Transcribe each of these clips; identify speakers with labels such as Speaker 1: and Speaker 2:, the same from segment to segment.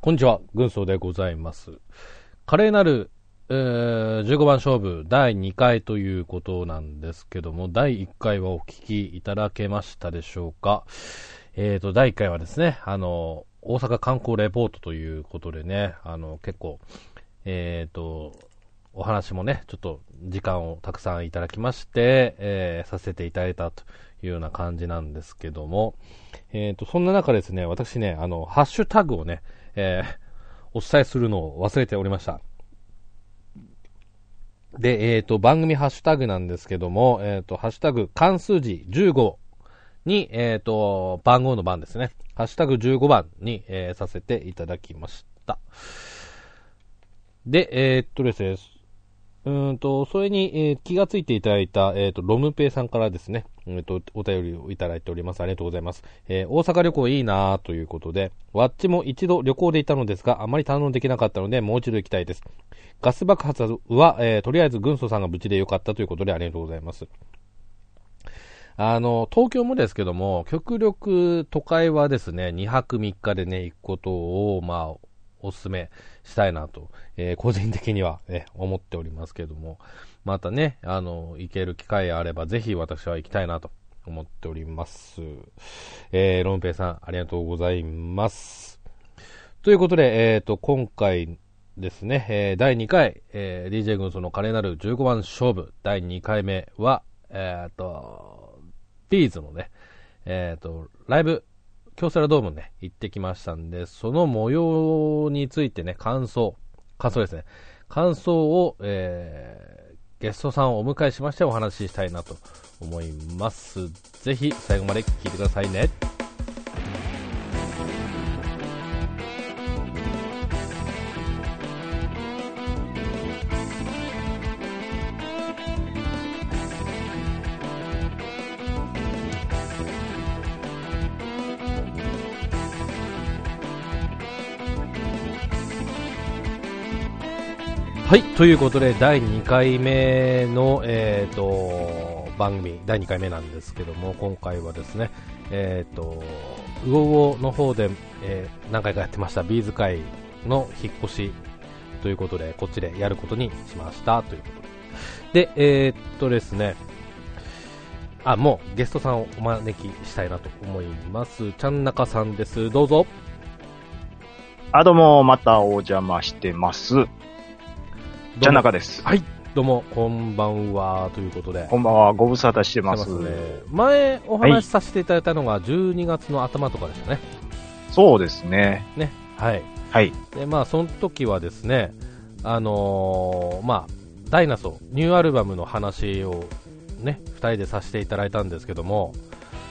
Speaker 1: こんにちは、軍曹でございます。華麗なる、えー15番勝負第2回ということなんですけども、第1回はお聞きいただけましたでしょうか。えーと、第1回はですね、あの、大阪観光レポートということでね、あの、結構、えーと、お話もね、ちょっと時間をたくさんいただきまして、えーさせていただいたというような感じなんですけども、えーと、そんな中ですね、私ね、あの、ハッシュタグをね、えーお伝えするのを忘れておりました。で、えっ、と、番組ハッシュタグなんですけども、えっ、と、ハッシュタグ、関数字15に、えっ、と、番号の番ですね。ハッシュタグ15番に、えーさせていただきました。で、えーっとですね、うーんと、それに、えー気がついていただいた、えーっと、ロムペイさんからですね、えーっと、お便りをいただいております。ありがとうございます。えー大阪旅行いいなぁということで、わっちも一度旅行でいたのですが、あまり堪能できなかったので、もう一度行きたいです。ガス爆発は、えーとりあえず軍曹さんが無事でよかったということで、ありがとうございます。あの、東京もですけども、極力都会はですね、2泊3日でね、行くことを、まあ、お勧めしたいなと、えー個人的には、ね、思っておりますけども、またね、あの、行ける機会あれば、ぜひ私は行きたいなと思っております。えー、ロンペイさん、ありがとうございます。ということで、えっ、と、今回ですね、えー第2回、えー DJ 軍曹の華麗なる15番勝負、第2回目は、えっ、と、ビーズのね、えっ、と、ライブ、京セラドームね、行ってきましたんで、その模様についてね、感想、感想ですね、感想を、えーゲストさんをお迎えしましてお話ししたいなと思います。ぜひ最後まで聞いてくださいね。はい、ということで、第2回目の、えー、と番組、第2回目なんですけども、今回はですね、えー、とウオウオの方で、えー何回かやってました、ビーズ会の引っ越しということで、こっちでやることにしましたということで、でえー、とですね、あ、もうゲストさんをお招きしたいなと思います、ちゃんなかさんです、どうぞ。
Speaker 2: あ、どうも、またお邪魔してます。じゃなかです。
Speaker 1: はい、どうも、こんばんは、ということで。
Speaker 2: こんばんは、ご無沙汰して
Speaker 1: ま
Speaker 2: ますす。
Speaker 1: ね、前お話しさせていただいたのが12月の頭とかでしたね。
Speaker 2: そうですね。
Speaker 1: ねはい、
Speaker 2: はい。
Speaker 1: でまあその時はですね、あのーまあ、ダイナソーニューアルバムの話を、ね、2人でさせていただいたんですけども、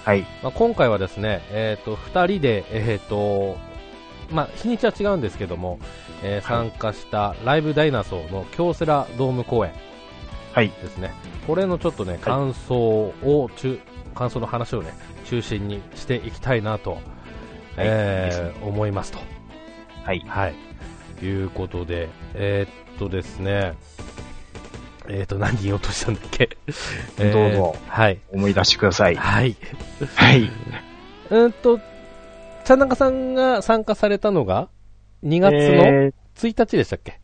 Speaker 2: はい。
Speaker 1: まあ、今回はですね、えー、と2人で、えーとまあ、日にちは違うんですけども、えー
Speaker 2: は
Speaker 1: 参加したライブダイナソーの京セラドーム公演
Speaker 2: はい。
Speaker 1: ですね、これのちょっとね、感想を中、感想の話をね、中心にしていきたいなと、えー思いますと。
Speaker 2: はい。
Speaker 1: はい。いうことで、えーっとですね、えーっと、何言おうとしたんだっけ
Speaker 2: どうぞ
Speaker 1: えーはい。
Speaker 2: 思い出してください。
Speaker 1: はい。
Speaker 2: はい。
Speaker 1: うーんと、茶中さんが参加されたのが、2月の
Speaker 2: え
Speaker 1: 1日でしたっけ、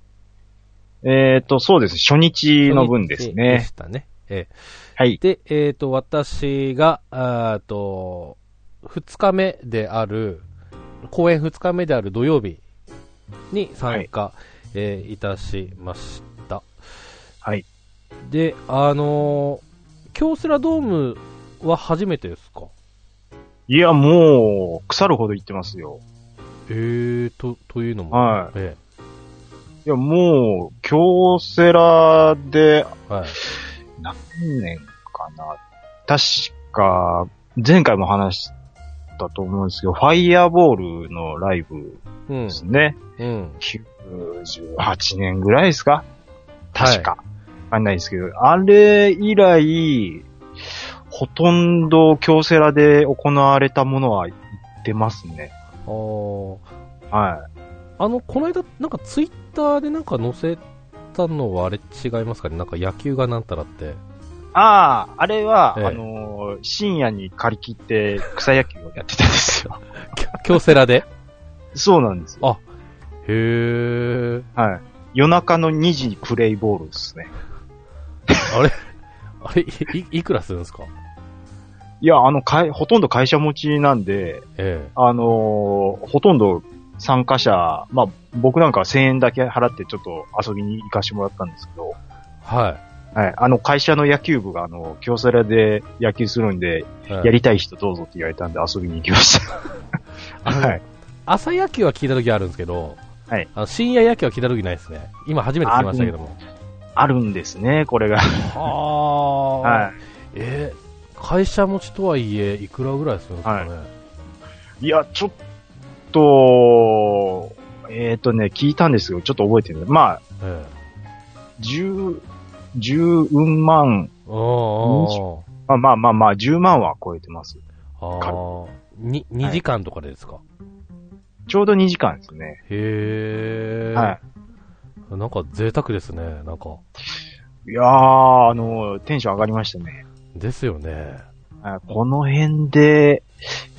Speaker 2: ーえーと、そうです。初日の分で
Speaker 1: で
Speaker 2: すね
Speaker 1: し。たね。えー
Speaker 2: はい。
Speaker 1: で、えっ、と、私が、あーと、2日目である、公演2日目である土曜日に参加、えーいたしました。
Speaker 2: はい。
Speaker 1: で、あのー京セラドームは初めてですか
Speaker 2: いや、もう、腐るほど言ってますよ。
Speaker 1: えーと、というのも、
Speaker 2: は
Speaker 1: え
Speaker 2: い。いや、もう、京セラで、
Speaker 1: えはい。
Speaker 2: 何年かな。確か、前回も話したと思うんですけど、ファイヤーボールのライブ
Speaker 1: うん
Speaker 2: で。すね。
Speaker 1: うん。
Speaker 2: 98年ぐらいですか確か。わ、かんないですけど、あれ以来、ほとんど京セラで行われたものは出ますね。
Speaker 1: あー
Speaker 2: は
Speaker 1: あの、この間、なんかツイッターでなんか載せたのはあれ違いますかねなんか野球がなんたらって。
Speaker 2: い。ああ、あれは、
Speaker 1: ええ
Speaker 2: あのー深夜に借り切 って草野球をやってたんですよ。
Speaker 1: 京セラで
Speaker 2: そうなんですよ。
Speaker 1: あへえ。
Speaker 2: はい。夜中の2時にプレイボールですね。
Speaker 1: あれあれい、いいくらするんですか
Speaker 2: いや、あの、かいほとんど会社持ちなんで、
Speaker 1: え
Speaker 2: あのーほとんど参加者、まあ、僕なんかは1000円だけ払ってちょっと遊びに行かしてもらったんですけど、
Speaker 1: えは
Speaker 2: はい。あの、会社の野球部が、あの、京セラで野球するんで、
Speaker 1: い。ええ
Speaker 2: やりたい人どうぞって言われたんで遊びに行き ました。はい。
Speaker 1: 朝野球は聞いた時あるんですけど、
Speaker 2: はい
Speaker 1: あの深夜野球は聞いた時ないですね。今初めて聞きましたけども。
Speaker 2: あるんですね、これが。
Speaker 1: はあ、
Speaker 2: は
Speaker 1: えー会社持ちとはいえ、いくらぐらいするんですかね。
Speaker 2: い。いや、ちょっと、えっ、とね、聞いたんですよ。ちょっと覚えてる。まあ、
Speaker 1: ええ
Speaker 2: 10、10万、
Speaker 1: あ
Speaker 2: まあまあまあまあ、10万は超えてます。
Speaker 1: あああ、に2時間とかでですか、
Speaker 2: ちょうど2時間ですね。
Speaker 1: へえ、
Speaker 2: は
Speaker 1: なんか贅沢ですね、なんか。
Speaker 2: い。いやー、あの、テンション上がりましたね。
Speaker 1: ですよね。
Speaker 2: あこの辺で、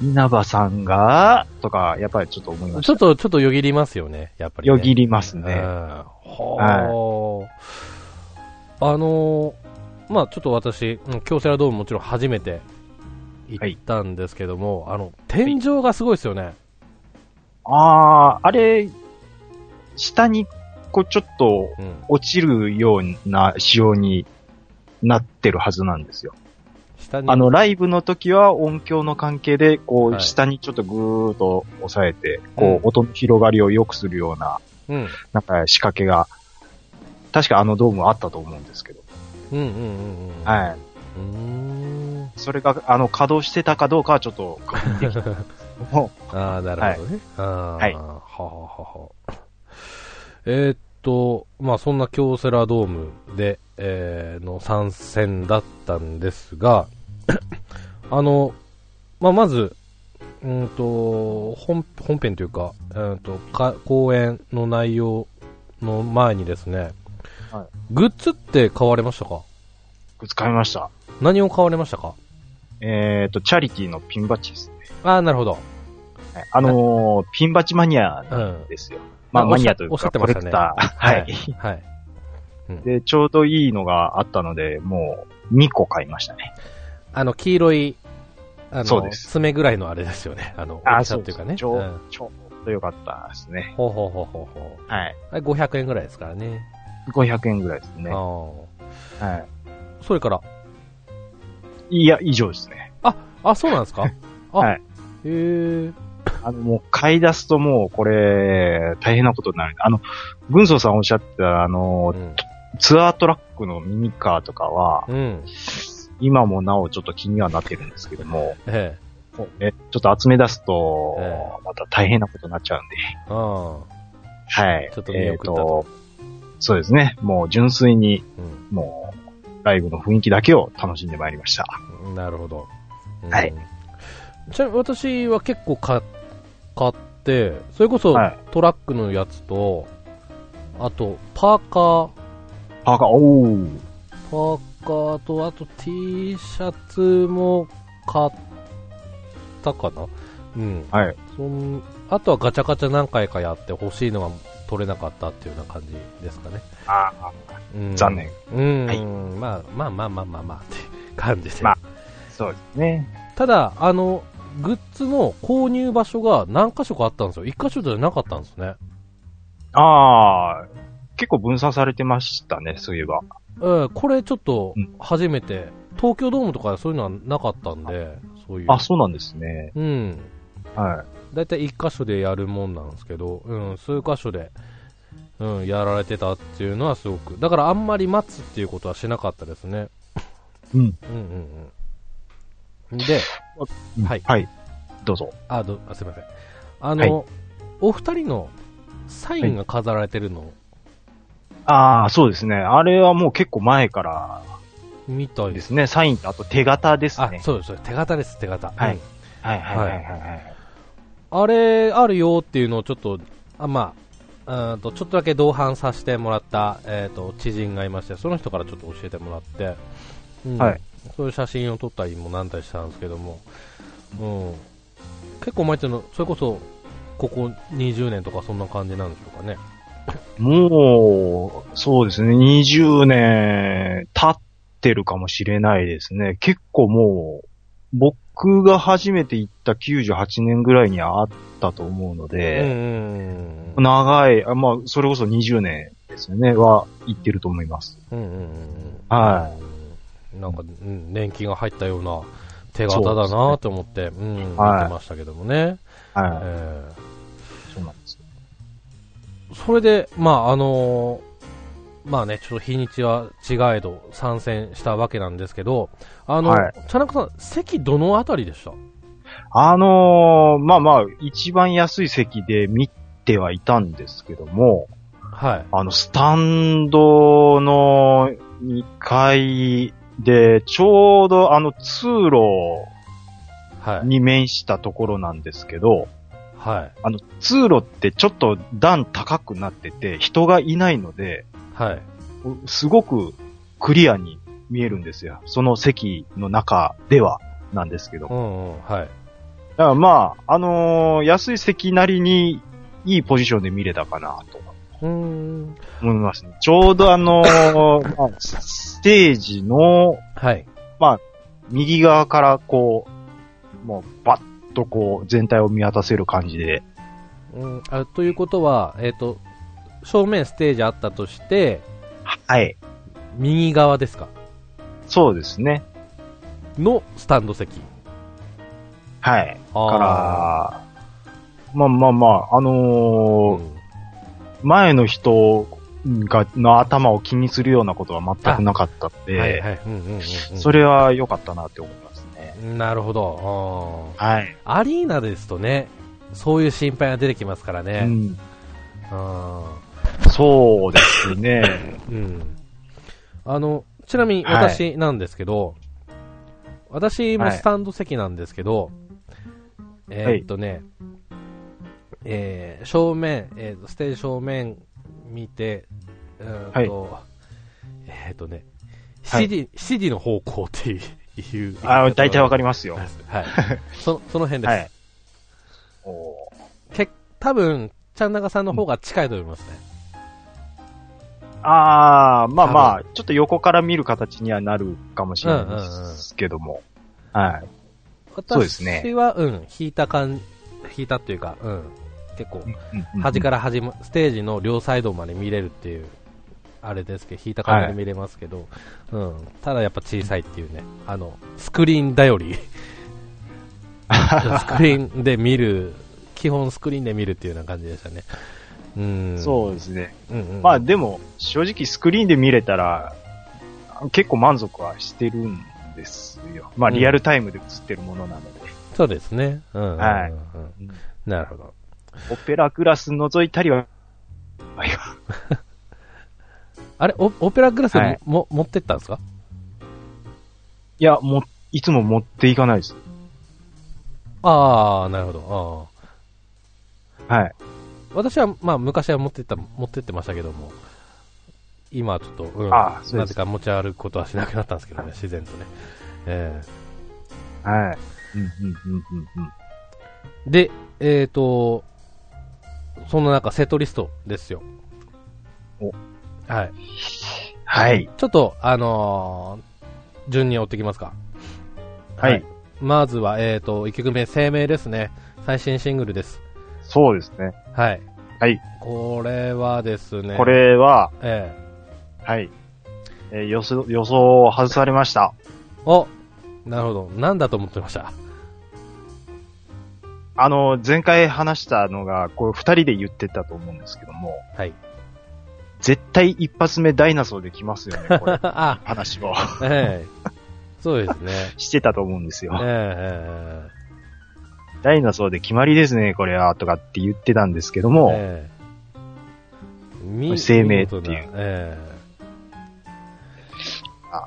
Speaker 2: 稲葉さんが、とか、やっぱりちょっと思いまし
Speaker 1: ちょ
Speaker 2: た。
Speaker 1: っと、ちょっとよぎりますよね、やっぱり、ね。
Speaker 2: よぎります
Speaker 1: うん
Speaker 2: ね。
Speaker 1: はあ、あのーまあちょっと私、うん京セラドームもちろん初めて行ったんですけども、あの、天井がすごいですよね。
Speaker 2: あー、あれ、下に、こう、ちょっと、
Speaker 1: うん。
Speaker 2: 落ちるような仕様になってるはずなんですよ。
Speaker 1: 下に。
Speaker 2: あの、ライブの時は音響の関係で、こ、
Speaker 1: はいう
Speaker 2: 下にちょっとぐーっと押さえて、
Speaker 1: うん
Speaker 2: こう、音の広がりを良くするような、
Speaker 1: うん。
Speaker 2: なんか仕掛けが、確かあのドームはあったと思うんですけど。
Speaker 1: うんうんうんうん。い。
Speaker 2: はい。
Speaker 1: うーん。
Speaker 2: それが、あの、稼働してたかどうかはちょ っと確認できないですけども
Speaker 1: ああ、なるほどね。あ
Speaker 2: はい
Speaker 1: あーはあはあはあ。えーっと、まあそんな京セラドームで、えーの参戦だったんですが、 あの、まあまず、うーんと、本、本編というか、うーんと、か、公演の内容の前にですね、
Speaker 2: は
Speaker 1: グッズって買われましたか
Speaker 2: 使いました。
Speaker 1: 何を買われましたか
Speaker 2: えっ、と、チャリティーのピンバッジですね。
Speaker 1: ああ、なるほど。
Speaker 2: はいあのーピンバッジマニア
Speaker 1: うん。
Speaker 2: ですよ。まあ、
Speaker 1: あ
Speaker 2: マニアという
Speaker 1: おっしゃ
Speaker 2: か、
Speaker 1: って
Speaker 2: コ
Speaker 1: まし
Speaker 2: レ
Speaker 1: た
Speaker 2: ク
Speaker 1: ね
Speaker 2: ター。は
Speaker 1: はい
Speaker 2: い。
Speaker 1: はい。
Speaker 2: で、ちょうどいいのがあったので、もう、2個買いましたね。
Speaker 1: あの、黄色い、あ
Speaker 2: そう
Speaker 1: の、
Speaker 2: です
Speaker 1: 爪ぐらいのあれですよね。 あの、大きさっていうかね。
Speaker 2: ちょ
Speaker 1: う、
Speaker 2: うんちょうどよかったですね。
Speaker 1: ほうほうほうほうほう。
Speaker 2: はい。
Speaker 1: あれ500円ぐらいですからね。
Speaker 2: 500円ぐらいですね。は
Speaker 1: ああ。それから、
Speaker 2: い。いや、以上ですね。
Speaker 1: あ、そうなんです かあ、
Speaker 2: はい
Speaker 1: へえ。
Speaker 2: あの、もう、買い出すともう、これ、大変なことになる。あの、軍曹さんおっしゃってた、あの
Speaker 1: う、ん。
Speaker 2: ツアートラックのミニカーとかは、
Speaker 1: うん。
Speaker 2: 今もなおちょっと気にはなってるんですけども、
Speaker 1: ええ。
Speaker 2: そうね、ちょっと集め出すと
Speaker 1: え、
Speaker 2: また大変なことになっちゃうんで。
Speaker 1: あ
Speaker 2: はい。
Speaker 1: ちょっと見送ったと
Speaker 2: えーそうですね。もう純粋に、
Speaker 1: あ。
Speaker 2: もう、ライブの雰囲気だけを楽しんでまいりました。
Speaker 1: うん。なるほど。うん
Speaker 2: はい。
Speaker 1: ちなみに私は結構買買って、それこそ
Speaker 2: はい
Speaker 1: トラックのやつと、あと、パーカー、
Speaker 2: パーカー、おー。
Speaker 1: パーカーと、あと T シャツも買ったかなうん。
Speaker 2: はい。
Speaker 1: そんあとはガチャガチャ何回かやって欲しいのが取れなかったっていうような感じですかね。
Speaker 2: あー
Speaker 1: うん、
Speaker 2: 残念。
Speaker 1: うん、
Speaker 2: はい
Speaker 1: まあまあまあまあまあまあって感じで。
Speaker 2: まあそうですね。
Speaker 1: ただ、あの、グッズの購入場所が何箇所かあったんですよ。一箇所じゃなかったんですね。
Speaker 2: ああ、結構分散されてましたね、そういえば。
Speaker 1: うん、これちょっと
Speaker 2: うん
Speaker 1: 初めて、東京ドームとかそういうのはなかったんで、そういう。
Speaker 2: あ、そうなんですね。
Speaker 1: うん。
Speaker 2: は
Speaker 1: 大体一箇所でやるもんなんですけど、うん、数箇所で、うん、やられてたっていうのはすごく、だからあんまり待つっていうことはしなかったですね。
Speaker 2: い。うん。
Speaker 1: うんうんうん。で、はい
Speaker 2: はい。どうぞ。
Speaker 1: あ、どあすいません。あの、お二人のサインが飾られてるの
Speaker 2: ああ、そうですね。あれはもう結構前から
Speaker 1: みたい
Speaker 2: で
Speaker 1: です。
Speaker 2: すね。サインと、あと手形です
Speaker 1: あ、
Speaker 2: ね。
Speaker 1: そうです、そうです手形です、手形。
Speaker 2: はい
Speaker 1: うん
Speaker 2: はいはいはいはいはい。
Speaker 1: あれ、あるよっていうのをちょっと、あまあ、うーんとちょっとだけ同伴させてもらった、えー、と知人がいまして、その人からちょっと教えてもらって、うん
Speaker 2: はい
Speaker 1: そういう写真を撮ったりもなんだりしたんですけども、うん、結構前っていうの、それこそここ20年とかそんな感じなんでしょうかね。
Speaker 2: もう、そうですね、20年経ってるかもしれないですね。結構もう、僕が初めて行った98年ぐらいにあったと思うの
Speaker 1: うん
Speaker 2: で、
Speaker 1: うんうん。
Speaker 2: 長い、あまあ、それこそ20年ですよね、は行ってると思います。
Speaker 1: うんうんうんうん。。
Speaker 2: はい
Speaker 1: なんか、うん、年季が入ったような手形だなって思って、うん、
Speaker 2: はい
Speaker 1: 見てましたけどもね。え
Speaker 2: は
Speaker 1: ー
Speaker 2: い。そうなんですよ。
Speaker 1: それで、まああのーまあね、ちょっと日にちは違えど参戦したわけなんですけど、あの、
Speaker 2: はい
Speaker 1: 田中さん、席どのあたりでした
Speaker 2: あのー、まあまあ、一番安い席で見てはいたんですけども、
Speaker 1: はい。
Speaker 2: あの、スタンドの2階で、ちょうどあの通路
Speaker 1: はい。
Speaker 2: に面したところなんですけど、
Speaker 1: はい。
Speaker 2: あの、通路ってちょっと段高くなってて、人がいないので、
Speaker 1: はい。
Speaker 2: すごくクリアに見えるんですよ。その席の中ではなんですけど。
Speaker 1: うんうん。はい。
Speaker 2: だからまあ、あのー安い席なりにいいポジションで見れたかなと
Speaker 1: うーん。
Speaker 2: 思いますね。ちょうどあの ーまあステージの
Speaker 1: はい。
Speaker 2: 右側からこう、もうバッとこう全体を見渡せる感じで、
Speaker 1: うん、あということは、えっ、と、正面ステージあったとして、
Speaker 2: はい。
Speaker 1: 右側ですか
Speaker 2: そうですね。
Speaker 1: のスタンド席。
Speaker 2: はい。
Speaker 1: あ
Speaker 2: か
Speaker 1: ー、
Speaker 2: ら、まあまあまあ、あの
Speaker 1: う
Speaker 2: ー
Speaker 1: ん
Speaker 2: 前の人が、の頭を気にするようなことは全くなかったんで、
Speaker 1: はいはい。うんうんうんうん
Speaker 2: それは良かったなって思いますね。
Speaker 1: なるほど。あー
Speaker 2: はい。
Speaker 1: アリーナですとね、そういう心配が出てきますからね。
Speaker 2: うん、
Speaker 1: あ
Speaker 2: そうですね。
Speaker 1: ーうんあの、ちなみに
Speaker 2: はい
Speaker 1: 私なんですけど、私もスタンド席なんですけど、えーっとね、えー正面、えーっとステージ正面見て、うーんと、えーっとね、
Speaker 2: はい
Speaker 1: 7時、7時の方向っていういう。
Speaker 2: あ大体わかり
Speaker 1: ま
Speaker 2: ますよ。。
Speaker 1: はい。その、その辺です。
Speaker 2: はい。おー
Speaker 1: け多分、ちゃんなかさんの方が近いと思いますね。
Speaker 2: ああ、まあま
Speaker 1: 多
Speaker 2: あ、ちょっと横から見る形にはなるかもしれないですけども。はい。そうですね。
Speaker 1: 私は、うん、引いた感引いたっていうか、うん、結構、端からら端ま、ステージの両サイドまで見れるっていう、あれですけど、引いた感じで見れますけど、うん、ただやっぱ小さいっていうね、あの、スクリーン頼 り、スクリーンで見る、基本スクリーンで見るっていうような感じでしたね。うん。
Speaker 2: そうですね。
Speaker 1: うんうん、
Speaker 2: まあでも、正直スクリーンで見れたら、結構満足はしてるんですよ。まあリアルタイムで映ってるものなので。
Speaker 1: そうですね。うんうんうんうん、
Speaker 2: はい
Speaker 1: なるほど。
Speaker 2: オペラクラス覗いたりは、
Speaker 1: あれ、オオペラグラスも、
Speaker 2: はい
Speaker 1: も持ってったんですか
Speaker 2: いや、もう、いつも持っていかないです。
Speaker 1: ああ、なるほど。あー
Speaker 2: はい。
Speaker 1: 私は、まあ、昔は持ってった、持ってってましたけども、今はちょっと、うん、
Speaker 2: ああそうです
Speaker 1: なぜか持ち歩くことはしなくなったんですけどね、自然とね。え
Speaker 2: はい。うん、うん、うん、うん、うん。
Speaker 1: えで、えっ、と、その中、セットリストですよ。
Speaker 2: お
Speaker 1: はい。
Speaker 2: はい。
Speaker 1: ちょっと、あのー順に追ってきますか。
Speaker 2: はい。
Speaker 1: まずは、えっ、と、1曲目、声明ですね。最新シングルです。
Speaker 2: そうですね。
Speaker 1: はい。
Speaker 2: はい。
Speaker 1: これはですね。
Speaker 2: こ。れは、
Speaker 1: ええ
Speaker 2: はい。えー予想、予想を外されました。
Speaker 1: おなるほど。なんだと思ってました。
Speaker 2: あの、前回話したのが、これ二人で言ってたと思うんですけども、
Speaker 1: はい。。
Speaker 2: 絶対一発目ダイナソーで来ますよね、これ
Speaker 1: あ、
Speaker 2: 話を
Speaker 1: ええそうですね。
Speaker 2: してたと思うんです
Speaker 1: ええ
Speaker 2: よ。
Speaker 1: え
Speaker 2: ダイナソーで決まりですね、これは、とかって言ってたんですけど
Speaker 1: え
Speaker 2: も、
Speaker 1: ええみ
Speaker 2: 声明ってい
Speaker 1: 見事
Speaker 2: う
Speaker 1: なえ
Speaker 2: あ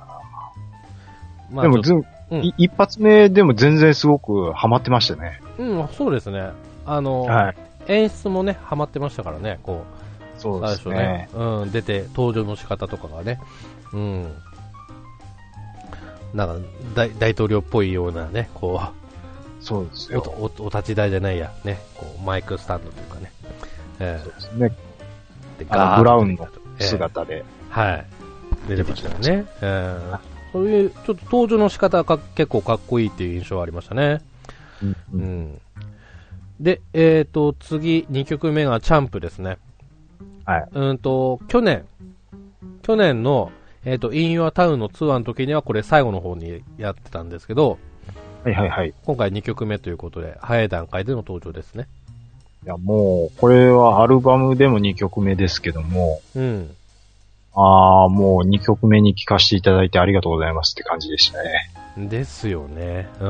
Speaker 1: えまあ、
Speaker 2: でも
Speaker 1: ちょ
Speaker 2: ず
Speaker 1: っ
Speaker 2: ん、
Speaker 1: うん
Speaker 2: い一発目でも全然すごくハマってましたね。
Speaker 1: とうん、そうですね。あの、
Speaker 2: はい。
Speaker 1: 演出もね、ハマってましたからね、こう、
Speaker 2: そうで
Speaker 1: 最
Speaker 2: す
Speaker 1: 初
Speaker 2: ね。
Speaker 1: ね、うん、出て、登場の仕方とかがね、うん、なんか大、大統領っぽいようなね、こう、
Speaker 2: そうです
Speaker 1: お
Speaker 2: よ。
Speaker 1: おお立ち台じゃないや、ね、こうマイクスタンドというかね、え
Speaker 2: そうですね。
Speaker 1: ーで
Speaker 2: あのブラウンの
Speaker 1: えー
Speaker 2: 姿で。
Speaker 1: はい、出てましたよね、えーそういうちょっと登場の仕方が結構かっこいいっていう印象はありましたね。
Speaker 2: う
Speaker 1: うんん、で、えー、と次、2曲目がチャンプですね。
Speaker 2: はい。
Speaker 1: うんと去年、去年の、えー、と In Your Town のツアーの時にはこれ最後の方にやってたんですけど、
Speaker 2: はいはいはい。い
Speaker 1: 今回2曲目ということで、早い段階での登場ですね。
Speaker 2: やもう、これはアルバムでも2曲目ですけども、
Speaker 1: うん。
Speaker 2: ああ、もう2曲目に聴かせていただいてありがとうございますって感じでしたね。
Speaker 1: ですよね。うん。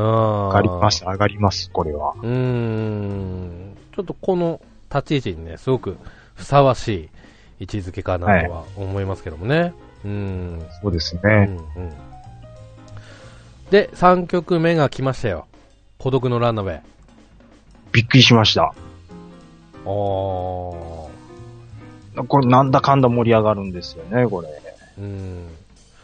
Speaker 2: 上
Speaker 1: 上
Speaker 2: がります、上がります、これは。
Speaker 1: うーん。ちょっとこの立ち位置にね、すごくふさわしい位置づけかなとは思いますけどもね。うん。
Speaker 2: そうです
Speaker 1: うんう
Speaker 2: ね。
Speaker 1: ん。で、3曲目が来ましたよ。孤独のランナウェイ。
Speaker 2: びっくりしました。
Speaker 1: ああ。
Speaker 2: これなんだかんだ盛り上がるんですよね、これ。
Speaker 1: うん。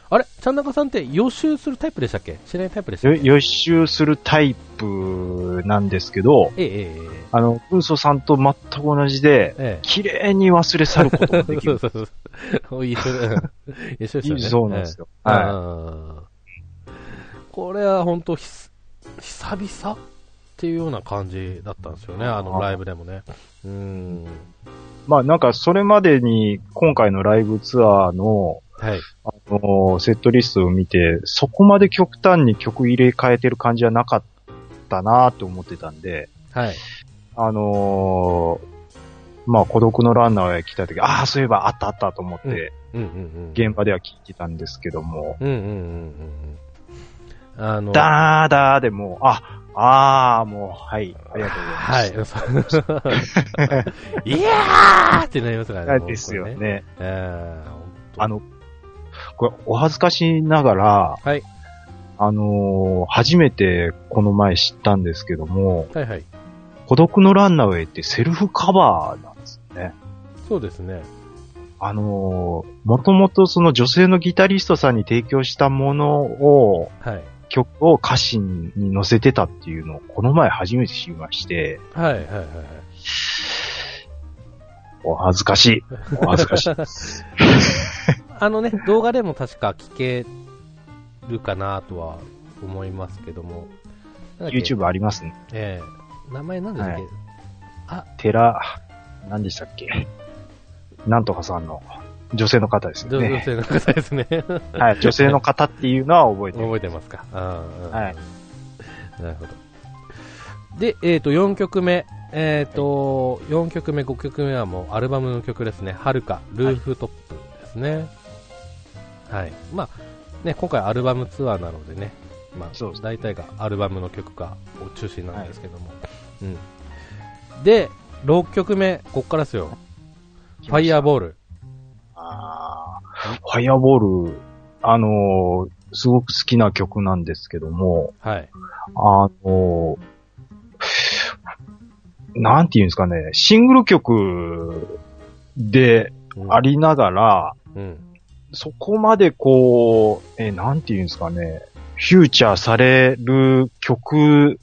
Speaker 1: あれちゃんなかさんって予習するタイプでしたっけしないタイプでしたっ
Speaker 2: よ
Speaker 1: け
Speaker 2: 予習するタイプなんですけど、
Speaker 1: ええええええ
Speaker 2: あの、軍曹さんと全く同じで、
Speaker 1: ええ。
Speaker 2: 綺麗に忘れ去ることができ
Speaker 1: そう
Speaker 2: る。
Speaker 1: そうそうそう。一緒 だ。一緒ですよね。
Speaker 2: そうなんです
Speaker 1: よ。
Speaker 2: よ。は
Speaker 1: これは本当ひす、久々っていうような感じだったんですよね、あのライブでもね。うん。
Speaker 2: い。まあなんかそれまでに今回のライブツアーの、
Speaker 1: はい。
Speaker 2: あのーセットリストを見て、そこまで極端に曲入れ替えてる感じはなかったなと思ってたんで、
Speaker 1: はい。
Speaker 2: あのーまあ孤独のランナーへ来た時、ああ、そういえばあったあったと思って、
Speaker 1: うんうんうん。
Speaker 2: 現場では聴いてたんですけども、
Speaker 1: うんうんうんうんうん。あの、
Speaker 2: だーだーでもう、あ、あーもう、はい、ありがとうございます。
Speaker 1: はい。そう いやーってなりますからね。もう
Speaker 2: ですよ
Speaker 1: これ。
Speaker 2: ね。
Speaker 1: えーほんと
Speaker 2: あの、これ、お恥ずかしながら、
Speaker 1: はい。
Speaker 2: あのー初めてこの前知ったんですけども、
Speaker 1: はいはい。
Speaker 2: 孤独のランナウェイってセルフカバーなんですね。
Speaker 1: そうですね。
Speaker 2: あのー、もともとその女性のギタリストさんに提供したものを、
Speaker 1: はい。
Speaker 2: 曲を歌詞に載せてたっていうのをこの前初めて知りまして、
Speaker 1: はいはいはいはい。
Speaker 2: お恥ずかしい。お恥ず かしい。
Speaker 1: あ のね、動画でも確か聞けるかなとは思いますけども。なんだっけ
Speaker 2: YouTube ありますね。
Speaker 1: ええ名前なんでしたっけ、
Speaker 2: は寺、何でしたっけなんとかさんの女性の方です
Speaker 1: ど
Speaker 2: よ
Speaker 1: う女
Speaker 2: ね。
Speaker 1: 性の方です ね。
Speaker 2: はい、女性の方っていうのは覚えてる。
Speaker 1: 覚えてますか。うんうん
Speaker 2: はい。
Speaker 1: なるほど。で、えっ、と、4曲目。えっ、と、4曲目、5曲目はもうアルバムの曲ですね。はるか、ルーフトップですね。はい。まあ、ね、今回アルバムツアーなのでね、まあ
Speaker 2: そうで、す
Speaker 1: 大体がアルバムの曲がを中心なんですけども。うん。で、6曲目、こっからですよ。ファイア
Speaker 2: ール。
Speaker 1: ボール。
Speaker 2: あーファイアボール、あのーすごく好きな曲なんですけども、
Speaker 1: はい。
Speaker 2: あのーなんていうんですかね、シングル曲で
Speaker 1: うん
Speaker 2: ありながら、
Speaker 1: うん。
Speaker 2: そこまでこう、えー、なんていうんですかね、フューチャーされる曲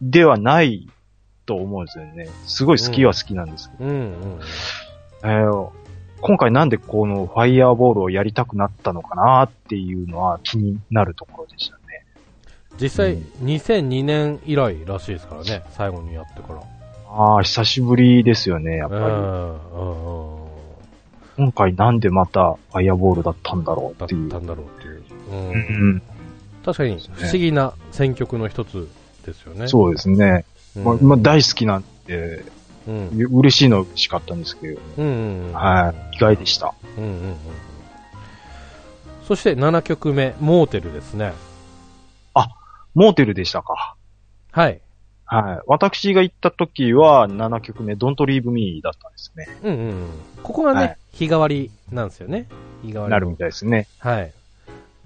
Speaker 2: ではないと思うんですよね。すごい好きは好きなんですけど。
Speaker 1: うんうん。
Speaker 2: えー今回なんでこのファイアーボールをやりたくなったのかなっていうのは気になるところでしたね。
Speaker 1: 実際、
Speaker 2: うん
Speaker 1: 2002年以来らしいですからね、最後にやってから。
Speaker 2: ああ、久しぶりですよね、やっ
Speaker 1: う
Speaker 2: ぱ
Speaker 1: んうんうん
Speaker 2: り。今回なんでまたファイアーボールだったんだろう
Speaker 1: だ
Speaker 2: っ
Speaker 1: ってた
Speaker 2: い
Speaker 1: ん
Speaker 2: う。
Speaker 1: だろうっていう。う
Speaker 2: う
Speaker 1: ん
Speaker 2: ん、
Speaker 1: 確かに不思議な選曲の一つですよね。
Speaker 2: そうですね。
Speaker 1: うん。
Speaker 2: まあ、まあ大好きなんで、
Speaker 1: うん。
Speaker 2: う嬉しいのは嬉しかったんですけど、
Speaker 1: うんうんうん。
Speaker 2: はい、意外でした。
Speaker 1: うんうんうん。そして7曲目、モーテルですね。
Speaker 2: モーテルでしたか。
Speaker 1: はい。
Speaker 2: はい。私が行った時は7曲目、Don't Leave Me だったんですね。
Speaker 1: うんうんうん。ここがね、
Speaker 2: はい
Speaker 1: 日替わりなんですよね。日替わり。
Speaker 2: なるみたいですね。
Speaker 1: はい。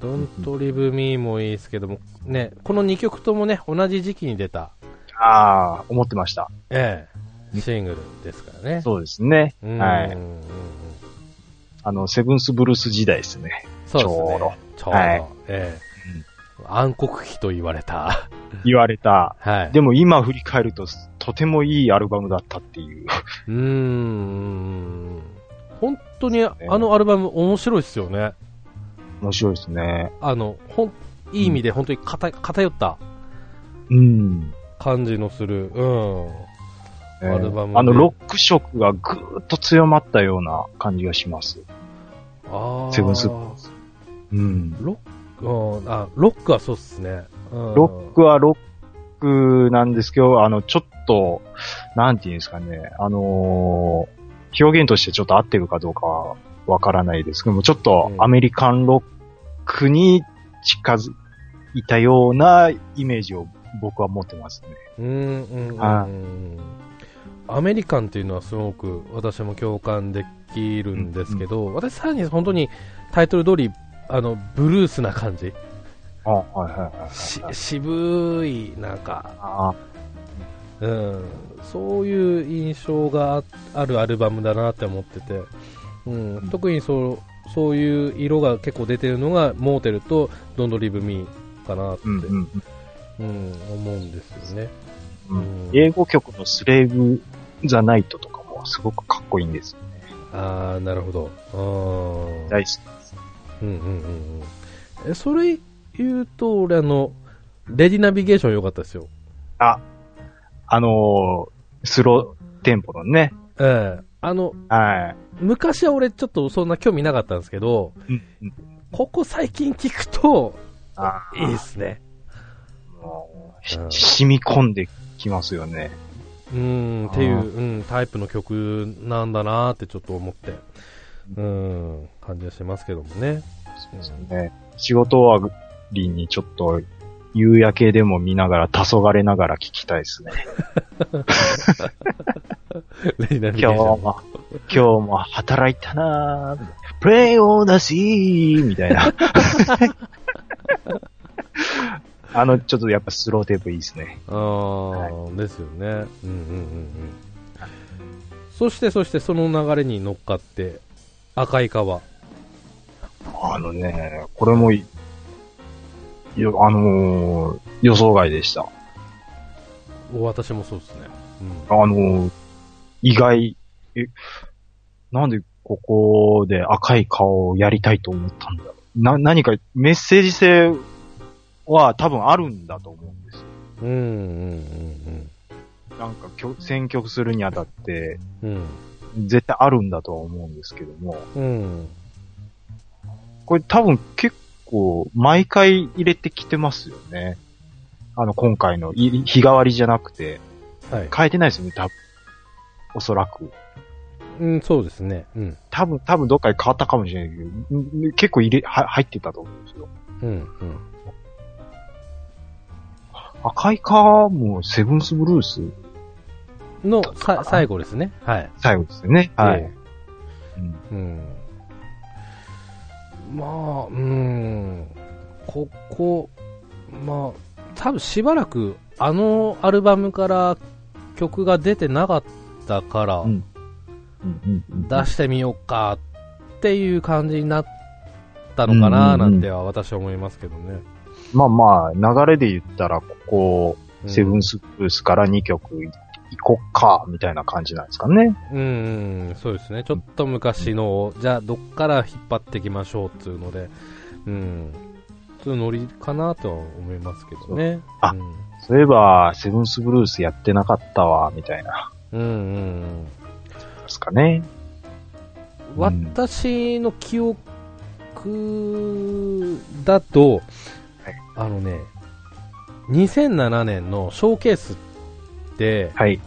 Speaker 1: Don't Leave Me もいいですけども、ね、この2曲ともね、同じ時期に出た、
Speaker 2: ああ、思ってました。
Speaker 1: ええ、シングルですからね。
Speaker 2: そうですね。
Speaker 1: うん
Speaker 2: はい
Speaker 1: うんうんうん
Speaker 2: あの、セブンスブルース時代ですね。
Speaker 1: そうですね。
Speaker 2: ちょうど
Speaker 1: ちょうど。
Speaker 2: はい
Speaker 1: ええ暗黒期と言われた。
Speaker 2: 言われた。
Speaker 1: はい。
Speaker 2: でも今振り返ると、とてもいいアルバムだったっていう。
Speaker 1: うーん。本当にあのアルバム面白いっすよね。
Speaker 2: 面白いですね。
Speaker 1: あの、ほん、いい意味で本当に偏偏った
Speaker 2: うん。
Speaker 1: 感じのする。うん。
Speaker 2: えー
Speaker 1: アルバムで
Speaker 2: あの、ロック色がぐーっと強まったような感じがします。
Speaker 1: あー
Speaker 2: セブンスーうん。
Speaker 1: ロック、うん、あ、ロックはそうっすね。うん、
Speaker 2: ロックはロックなんですけど、あの、ちょっと、なんていうんですかね、あのー表現としてちょっと合ってるかどうかはわからないですけども、ちょっと
Speaker 1: うん
Speaker 2: アメリカンロックに近づいたようなイメージを僕は持ってますね。
Speaker 1: うんうんうん
Speaker 2: は
Speaker 1: うんアメリカンっていうのはすごく私も共感できるんですけど、私さらに本当にタイトル通りあのブルースな感じ
Speaker 2: あ、はいはいはい。
Speaker 1: し渋いなんか、
Speaker 2: あ
Speaker 1: うん、そういう印象がああるアルバムだなって思ってて、うん、特にそうそういう色が結構出てるのがモーテルとドンドリブミーかなって、
Speaker 2: うんうんうん
Speaker 1: うん、思うんですよね。
Speaker 2: うん
Speaker 1: うん
Speaker 2: 英語曲のスレイブ・ザ・ナイトとかもすごくかっこいいんですよね。
Speaker 1: ああ、なるほど。うん
Speaker 2: 大好き。
Speaker 1: うんうんうんうんえそれ言うと、俺あの、レディナビゲーション良かったですよ。
Speaker 2: あ、あのースローテンポのね。
Speaker 1: ええあの、
Speaker 2: はい。
Speaker 1: 昔は俺ちょっとそんな興味なかったんですけど、
Speaker 2: うんうん
Speaker 1: ここ最近聞くと、
Speaker 2: あ
Speaker 1: いいですね。
Speaker 2: もう
Speaker 1: うん
Speaker 2: し染み込んできますよね。
Speaker 1: うん、っていう、うん、タイプの曲なんだなーってちょっと思って、うん、感じはしますけどもね。
Speaker 2: そうですね。仕事終わりにちょっと夕焼けでも見ながら、黄昏ながら聞きたいです ね。
Speaker 1: レディナビゲーシ
Speaker 2: 今日
Speaker 1: ョン。
Speaker 2: も、今日も働いたなぁ。プレイオーナシーみたいな。 あの、ちょっとやっぱスローテープいいですね。
Speaker 1: あーですよね。うんうんうんうん。そして、そして、その流れに乗っかって、赤い川。
Speaker 2: あのね、これもい、よあのー予想外でした。
Speaker 1: 私もそうですね。うん
Speaker 2: あの、意外、え、なんでここで赤い顔をやりたいと思ったんだろう。な、何かメッセージ性は多分あるんだと思うんですよ。
Speaker 1: うんうん
Speaker 2: なんかきょ選曲するにあたって、
Speaker 1: うんうん。
Speaker 2: 絶対あるんだとは思うんですけども、
Speaker 1: うん。うん。
Speaker 2: これ多分結構毎回入れてきてますよね。あの、今回のい日替わりじゃなくて、
Speaker 1: はい。
Speaker 2: 変えてないですよね、多分。おそらく。
Speaker 1: うん、そうですね。うん。
Speaker 2: 多分、多分どっかで変わったかもしれないけど、んん結構入れ、は入ってたと思うんですよ。
Speaker 1: うん、うん。
Speaker 2: 赤い川もセブンスブルース
Speaker 1: の、さ、最後ですね。はい。
Speaker 2: 最後ですよね。はい。
Speaker 1: え
Speaker 2: うん
Speaker 1: え。うん。まあ、うん。ここ、まあ、多分しばらく、あのアルバムから曲が出てなかったから
Speaker 2: う、んうんうんうん
Speaker 1: 出してみようかっていう感じになったのかななんては私は思いますけどね。
Speaker 2: まあまあ、流れで言ったら、ここ、
Speaker 1: うん
Speaker 2: セブンスブルースから2曲いこっか、みたいな感じなんですかね。
Speaker 1: うんうん、そうですね。ちょっと昔のを、じゃあどっから引っ張っていきましょうっていうので、うん、そういうノリかなとは思いますけどね。
Speaker 2: あ
Speaker 1: うん、
Speaker 2: そういえば、セブンスブルースやってなかったわ、みたいな、
Speaker 1: うんうん
Speaker 2: ですかね。
Speaker 1: うん。私の記憶だと、
Speaker 2: はい
Speaker 1: あのね、2007年のショーケースって、
Speaker 2: はい。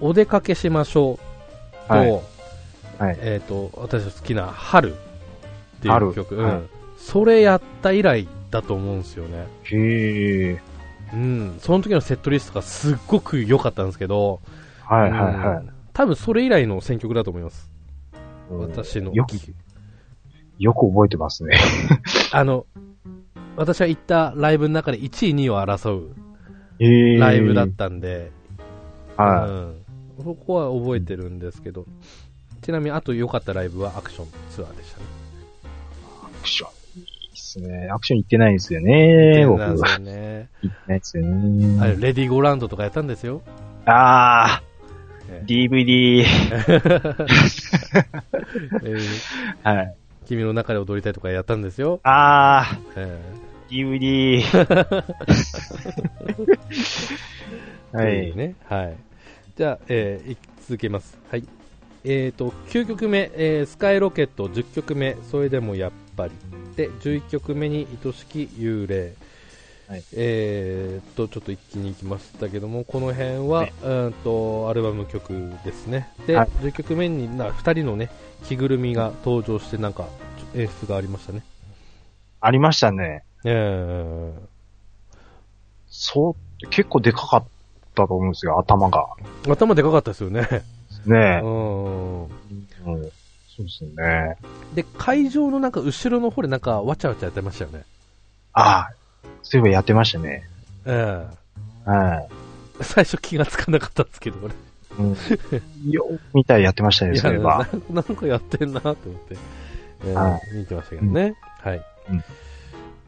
Speaker 1: お出かけしましょうと、
Speaker 2: はいはい
Speaker 1: えっ、と、私の好きな春っていう
Speaker 2: 春
Speaker 1: 曲、
Speaker 2: はい
Speaker 1: うんそれやった以来だと思うんですよね。
Speaker 2: へえ。
Speaker 1: うん、その時のセットリストがすっごく良かったんですけど、
Speaker 2: はいはいは
Speaker 1: うん多分それ以来の選曲だと思います。
Speaker 2: い。うん
Speaker 1: 私の。
Speaker 2: よく、よく覚えてますね。
Speaker 1: あの、私は行ったライブの中で1位、2位を争う
Speaker 2: へ え。
Speaker 1: ライブだったんで、
Speaker 2: は
Speaker 1: うん、そこは覚えてるんですけど、ちなみにあと良かったライブはアクションツアーでしたね。
Speaker 2: い。アクション。ですね。アクション行ってないんですよね、僕。
Speaker 1: な
Speaker 2: 行
Speaker 1: ん
Speaker 2: っ
Speaker 1: ですよ
Speaker 2: て
Speaker 1: ね。
Speaker 2: ないですよね。
Speaker 1: あれ、レディーゴーラウンドとかやったんですよ。
Speaker 2: あ
Speaker 1: え
Speaker 2: ー、DVD。
Speaker 1: えー
Speaker 2: はい。
Speaker 1: 君の中で踊りたいとかやったんですよ。
Speaker 2: あ
Speaker 1: え
Speaker 2: ー、DVD。
Speaker 1: ー
Speaker 2: は
Speaker 1: とう
Speaker 2: い。
Speaker 1: ね。はい。じゃあ、えーい続けます。はい。えーと、9曲目、えースカイロケット10曲目、それでもやっぱり。で、11曲目に愛しき幽霊。
Speaker 2: はい
Speaker 1: えーと、ちょっと一気に行きましたけども、この辺は、
Speaker 2: はいう
Speaker 1: ーんと、アルバム曲ですね。で、
Speaker 2: はい
Speaker 1: 10曲目にな、2人のね、着ぐるみが登場して、なんか、ちょ演出がありましたね。
Speaker 2: ありましたね。
Speaker 1: えー、
Speaker 2: そう、結構でかかったと思うんですよ、頭が。
Speaker 1: 頭でかかったですよね。う
Speaker 2: ね
Speaker 1: ん。
Speaker 2: え。うんそうですね。
Speaker 1: で、会場のなんか後ろの方でなんかわちゃわちゃやってましたよね。
Speaker 2: あー、そういえばやってましたね。
Speaker 1: え
Speaker 2: は
Speaker 1: え最初気がつかなかったんですけど、これ。
Speaker 2: い。 うん、よ、みたいやってましたね、そういえば。
Speaker 1: なんなんかやってんなと思って、ええ
Speaker 2: は
Speaker 1: 見てましたけどね。はい。
Speaker 2: うん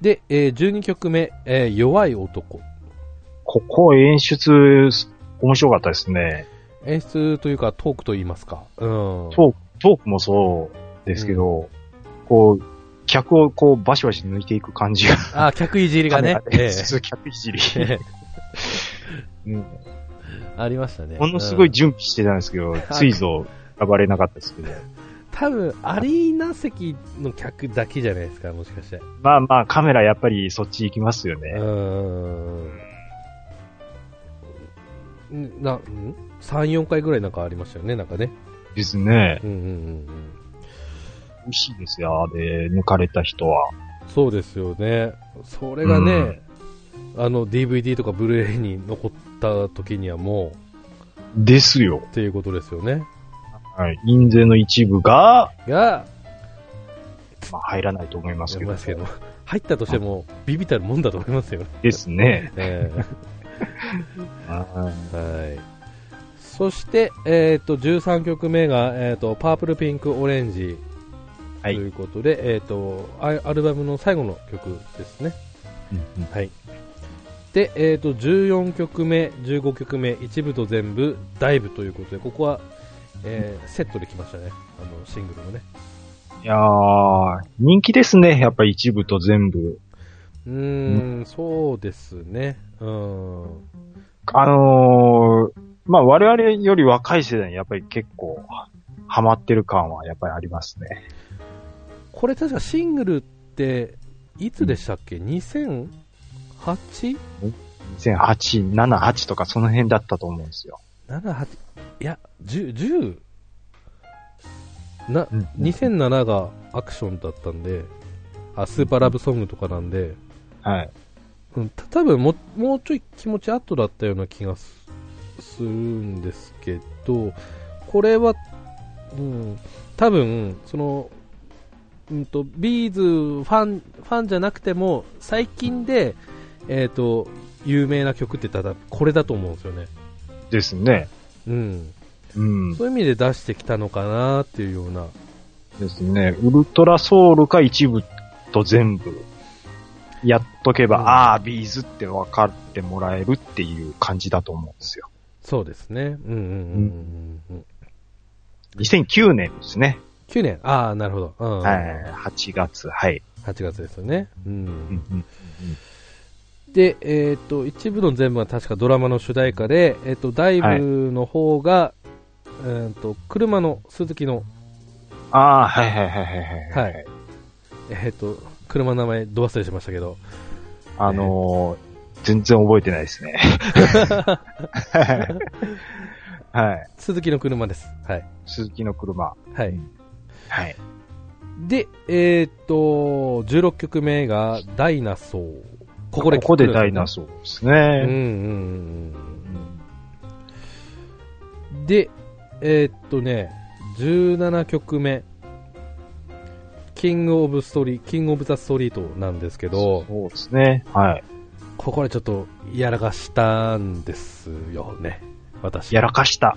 Speaker 1: で、えー12曲目、えー弱い男。
Speaker 2: ここ演出、面白かったですね。
Speaker 1: 演出というかトークと言いますか。うん。
Speaker 2: トーク、トークもそうですけど、こう、客をこう、バシバシ抜いていく感じが。
Speaker 1: あ、客いじりがね
Speaker 2: カメ。ラ
Speaker 1: え
Speaker 2: で普通客いじり。
Speaker 1: ええ
Speaker 2: うん
Speaker 1: えありましたね。
Speaker 2: ものすご
Speaker 1: う
Speaker 2: い
Speaker 1: ん
Speaker 2: 準備してたんですけど、ついぞ、選ばれなかったですけど。
Speaker 1: 多分、アリーナ席の客だけじゃないですか、もしかして。
Speaker 2: まあまあ、カメラやっぱりそっち行きますよね。
Speaker 1: うん。な、ん ?3、4回ぐらいなんかありましたよね、なんかね。
Speaker 2: ですね。
Speaker 1: うんうんうんうん。
Speaker 2: 美味しいですよ、あれ、抜かれた人は。
Speaker 1: そうですよね。それがね、あの DVD とかブルーレイに残った時にはも
Speaker 2: ですよ
Speaker 1: う、。っていうことですよね。
Speaker 2: はい。印税の一部が、
Speaker 1: が、
Speaker 2: まあ、入らないと思います
Speaker 1: 思
Speaker 2: け
Speaker 1: い
Speaker 2: ど。
Speaker 1: ますけど、入ったとしても、ビビたるもんだと思い ますよ。
Speaker 2: ですね。
Speaker 1: え
Speaker 2: はい
Speaker 1: えはい。そして、えっ、と、13曲目が、えっ、と、パープルピンクオレンジと
Speaker 2: はい
Speaker 1: いうことで、えっ、とア、アルバムの最後の曲ですね。
Speaker 2: うんうん
Speaker 1: はい。で、えっ、と、14曲目、15曲目、一部と全部、ダイブということで、ここは、えーセットできましたね。あの、シングルのね。
Speaker 2: いやー、人気ですね。やっぱり一部と全部。
Speaker 1: うーん、そうですね。うん。
Speaker 2: あのー、まあ、我々より若い世代にやっぱり結構、ハマってる感はやっぱりありますね。
Speaker 1: これ確かシングルって、いつでしたっけ ?2008?7?8
Speaker 2: 2008、7、8とかその辺だったと思うんですよ。
Speaker 1: いや、10、10? な、
Speaker 2: うん
Speaker 1: 2007がアクションだったんで、あ、スーパーラブソングとかなんで、
Speaker 2: はい。
Speaker 1: うん、た多分ももうちょい気持ち後だったような気がすするんですけどこれは、うん、多分その、うん、とビーズファンファンじゃなくても最近で、えー、と有名な曲ってただこれだと思うんですよね、
Speaker 2: ですね。
Speaker 1: うん、
Speaker 2: うん。
Speaker 1: そういう意味で出してきたのかなっていうような
Speaker 2: ですね。ウルトラソウルか一部と全部。やっとけば、
Speaker 1: うん
Speaker 2: ああ、ビーズって分かってもらえるっていう感じだと思うんですよ。
Speaker 1: そうですね、うんうんうんうんうん、
Speaker 2: 2009年ですね。
Speaker 1: 9年ああなるほど、うん
Speaker 2: はい。8月。はい。
Speaker 1: 8月ですよね、うん
Speaker 2: うんうん
Speaker 1: で、えっと一部の全部は確かドラマの主題歌で、えっとダイブの方が、えーっと車の鈴木の、
Speaker 2: ああ、はいはいはいはいは
Speaker 1: は
Speaker 2: い。
Speaker 1: いえっと車の名前ど忘れしましたけど、
Speaker 2: あのー、全然覚えてないです ね。はい。
Speaker 1: 鈴木の車です。はい。
Speaker 2: 鈴木の車。
Speaker 1: はい。
Speaker 2: はい。
Speaker 1: で、えっと16曲目がダイナソー。ここで聞く
Speaker 2: ここでダイナソーですね
Speaker 1: う。んうんうんうん。で、えーっとね、17曲目、キングオブストーリー、キングオブザストリートなんですけど、
Speaker 2: そうですね。はい。
Speaker 1: ここでちょっとやらかしたんですよね、私。
Speaker 2: やらかした。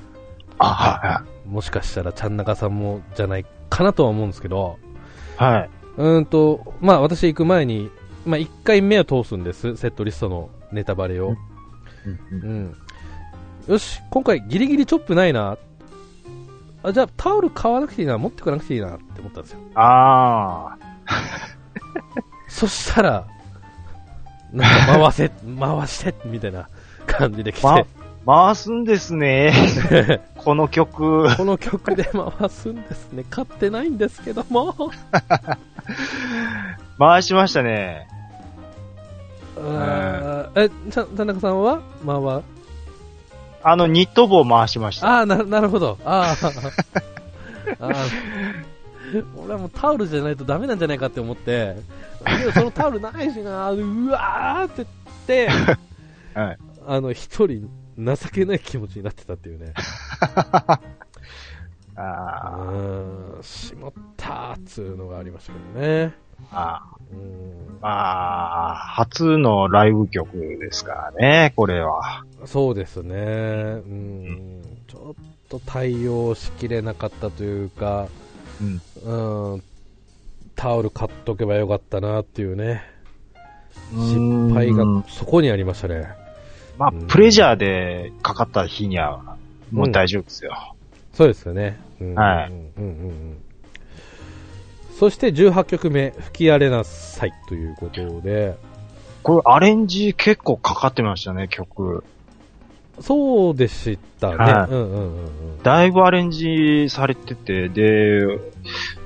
Speaker 2: あ、
Speaker 1: もしかしたら、ちゃんなかさんもじゃないかなとは思うんですけど、
Speaker 2: はいはい。はい。
Speaker 1: うーんと、まあ私行く前に、まあ一回目を通すんです、セットリストのネタバレを。
Speaker 2: うん
Speaker 1: うん。よし、今回ギリギリチョップないな。あ、じゃあタオル買わなくていいな、持ってかなくていいなって思ったんですよ。
Speaker 2: あ
Speaker 1: そしたら、なんか回せ、 回して、みたいな感じで来
Speaker 2: あ
Speaker 1: て、、
Speaker 2: ま、回すんです ね。この曲。
Speaker 1: この曲で回すんですね。買ってないんですけども。
Speaker 2: 回しましたね。
Speaker 1: あーえ、ちゃ田中さんはまあまあ
Speaker 2: あの、ニット帽回しました。
Speaker 1: ああ、ななるほど。あーあー。俺はもうタオルじゃないとダメなんじゃないかって思って、でもそのタオルないしな、うわーって言って、
Speaker 2: はい
Speaker 1: あの、一人情けない気持ちになってたっていうね。う
Speaker 2: あ
Speaker 1: ーん、しまったーっつうのがありましたけどね。
Speaker 2: ーあ
Speaker 1: うーん
Speaker 2: ー、まあ、初のライブ曲ですからね、これは。
Speaker 1: そうですね、うん、ちょっと対応しきれなかったというか、
Speaker 2: うん
Speaker 1: うん、タオル買っとけばよかったなっていうね、
Speaker 2: 失
Speaker 1: 失敗がそこにありましたね。
Speaker 2: まあ、
Speaker 1: うん
Speaker 2: プレジャーでかかった日には、もう大丈夫ですよ。
Speaker 1: そうですよね。うん
Speaker 2: はい
Speaker 1: うんうんうんうんそして18曲目、吹き荒れなさいということで、
Speaker 2: これ、アレンジ結構かかってましたね、曲。
Speaker 1: そうでしたね。
Speaker 2: はい
Speaker 1: うんうんうんうん
Speaker 2: だいぶアレンジされてて、で、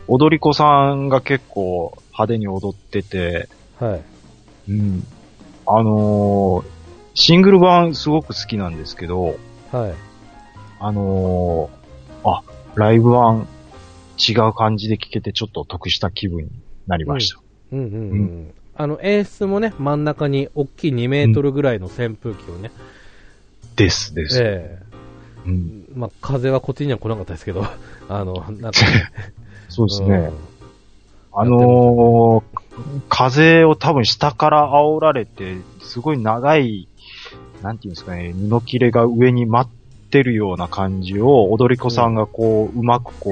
Speaker 2: 踊り子さんが結構派手に踊ってて、
Speaker 1: はい。
Speaker 2: うん。あのーシングル版すごく好きなんですけど、
Speaker 1: はい。
Speaker 2: あのーあ、ライブ版違う感じで聴けてちょっと得した気分になりました。
Speaker 1: うんうんうん。
Speaker 2: う
Speaker 1: あの、演出もね、真ん中に大きい2メートルぐらいの扇風機をね、
Speaker 2: です、です。
Speaker 1: え
Speaker 2: うん
Speaker 1: えまあ、風はこっちには来なかったですけど、 あの、なんか、
Speaker 2: そうですね。
Speaker 1: うん
Speaker 2: あのー風を多分下から煽られて、すごい長い、なんていうんですかね、布切れが上に舞ってるような感じを、踊り子さんがこう、うまくこ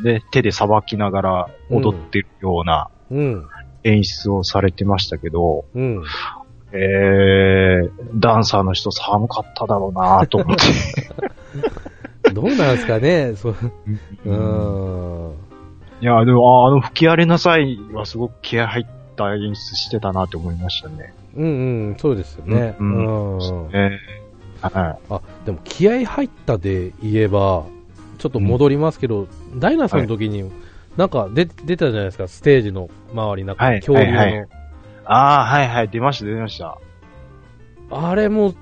Speaker 2: う、ね、手でさばきながら踊ってるような
Speaker 1: うん、
Speaker 2: 演出をされてましたけど、
Speaker 1: うん。
Speaker 2: えー、ダンサーの人寒かっただろうなと思って。
Speaker 1: どうなんですかね、そう、う
Speaker 2: うん
Speaker 1: ん。
Speaker 2: いや、でも、ああの、吹き荒れなさいはすごく気合入った演出してたなって思いましたね。
Speaker 1: うんうん、そうですよね。う
Speaker 2: うん
Speaker 1: ん。
Speaker 2: えー、はい。
Speaker 1: あ、でも気合入ったで言えば、ちょっと戻りますけど、ダイナソーの時に、なんか出出たじゃないですか、ステージの周り、なんか
Speaker 2: はい
Speaker 1: 恐竜の。
Speaker 2: はいはああ、はいはい、出ました、出ました。
Speaker 1: あれも、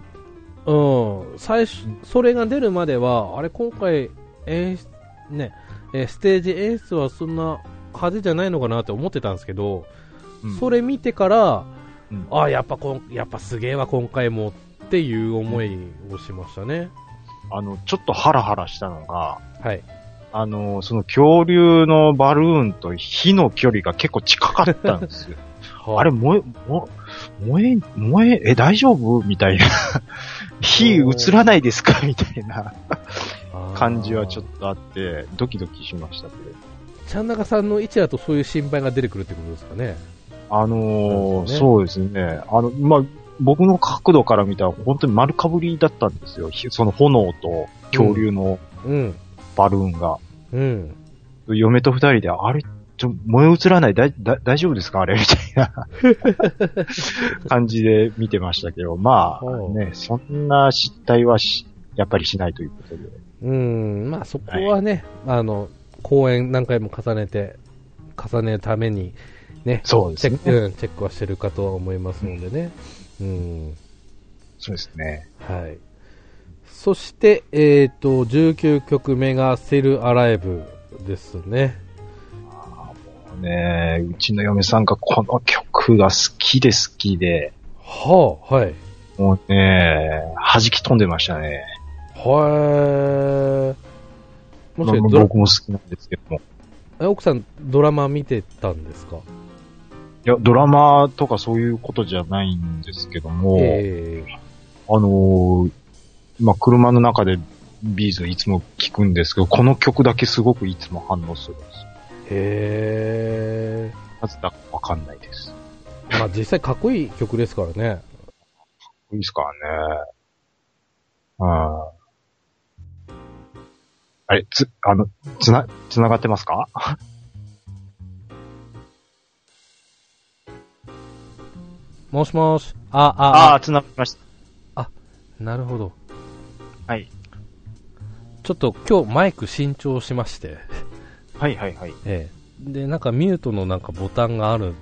Speaker 1: うん、最初、それが出るまでは、あれ今回、演出、ね、えーステージ演出はそんな派手じゃないのかなって思ってたんですけど、
Speaker 2: うん
Speaker 1: それ見てから、
Speaker 2: うん
Speaker 1: あやっぱこん、やっぱすげえわ、今回もっていう思いをしましたね。
Speaker 2: あの、ちょっとハラハラしたのが、
Speaker 1: はい。
Speaker 2: あの、その恐竜のバルーンと火の距離が結構近かったんですよ。 あれ、燃え、も燃え、燃え、え、大丈夫みたい な。火映らないですかみたいな感じはちょっ
Speaker 1: と。
Speaker 2: とあって、ドキドキしましたけど。
Speaker 1: ちゃん中さんの位置だとそういう心配が出てくるってことですかね。
Speaker 2: あのー
Speaker 1: そう
Speaker 2: そうですね。あの、まあ、僕の角度から見たら本当に丸かぶりだったんですよ。火その炎と恐竜の
Speaker 1: うん。
Speaker 2: バルーンが。
Speaker 1: うん。
Speaker 2: 嫁と二人で、あれ、ちょ、燃え移らない、だい、だ、大丈夫ですかあれみたいな 感じで見てましたけど、ま
Speaker 1: ほ
Speaker 2: あ、
Speaker 1: う
Speaker 2: ね、そんな失態はし、やっぱりしないということで。
Speaker 1: うん、まあそこはね、あの、公演何回も重ねて、重ねるため に、ね、
Speaker 2: そうで
Speaker 1: チ
Speaker 2: す
Speaker 1: ェ
Speaker 2: ね
Speaker 1: ック、うんチェックはしてるかとは思いますのでね。うん、
Speaker 2: そうですね。
Speaker 1: はい。そして、えっ、と、19曲目がセルアライブですね。
Speaker 2: ねうちの嫁さんがこの曲が好きで好きで、
Speaker 1: はあ、はい。
Speaker 2: もうね、弾き飛んでましたね。
Speaker 1: はえ。もしかしてドラ
Speaker 2: 僕も好きなんですけども。
Speaker 1: え、奥さんドラマ見てたんですか
Speaker 2: いや、ドラマとかそういうことじゃないんですけども、
Speaker 1: ええ
Speaker 2: あのー、まあ、車の中でビーズいつも聞くんですけど、この曲だけすごくいつも反応するんですよ。
Speaker 1: へえ。
Speaker 2: なぜだかわかんないです。かっ
Speaker 1: まあ実際かっこいい曲ですからね。
Speaker 2: こいいですからね。うん。あれ、つ、あの、つな、つながってますか
Speaker 1: もしもし。あ、あ、
Speaker 2: あ
Speaker 1: あ、
Speaker 2: あ、つながりました。
Speaker 1: なるほど。
Speaker 2: はい。
Speaker 1: ちょっと今日マイク新調しまして。
Speaker 2: はいはいはい。
Speaker 1: ええ。で、なんかミュートのなんかボタンがある、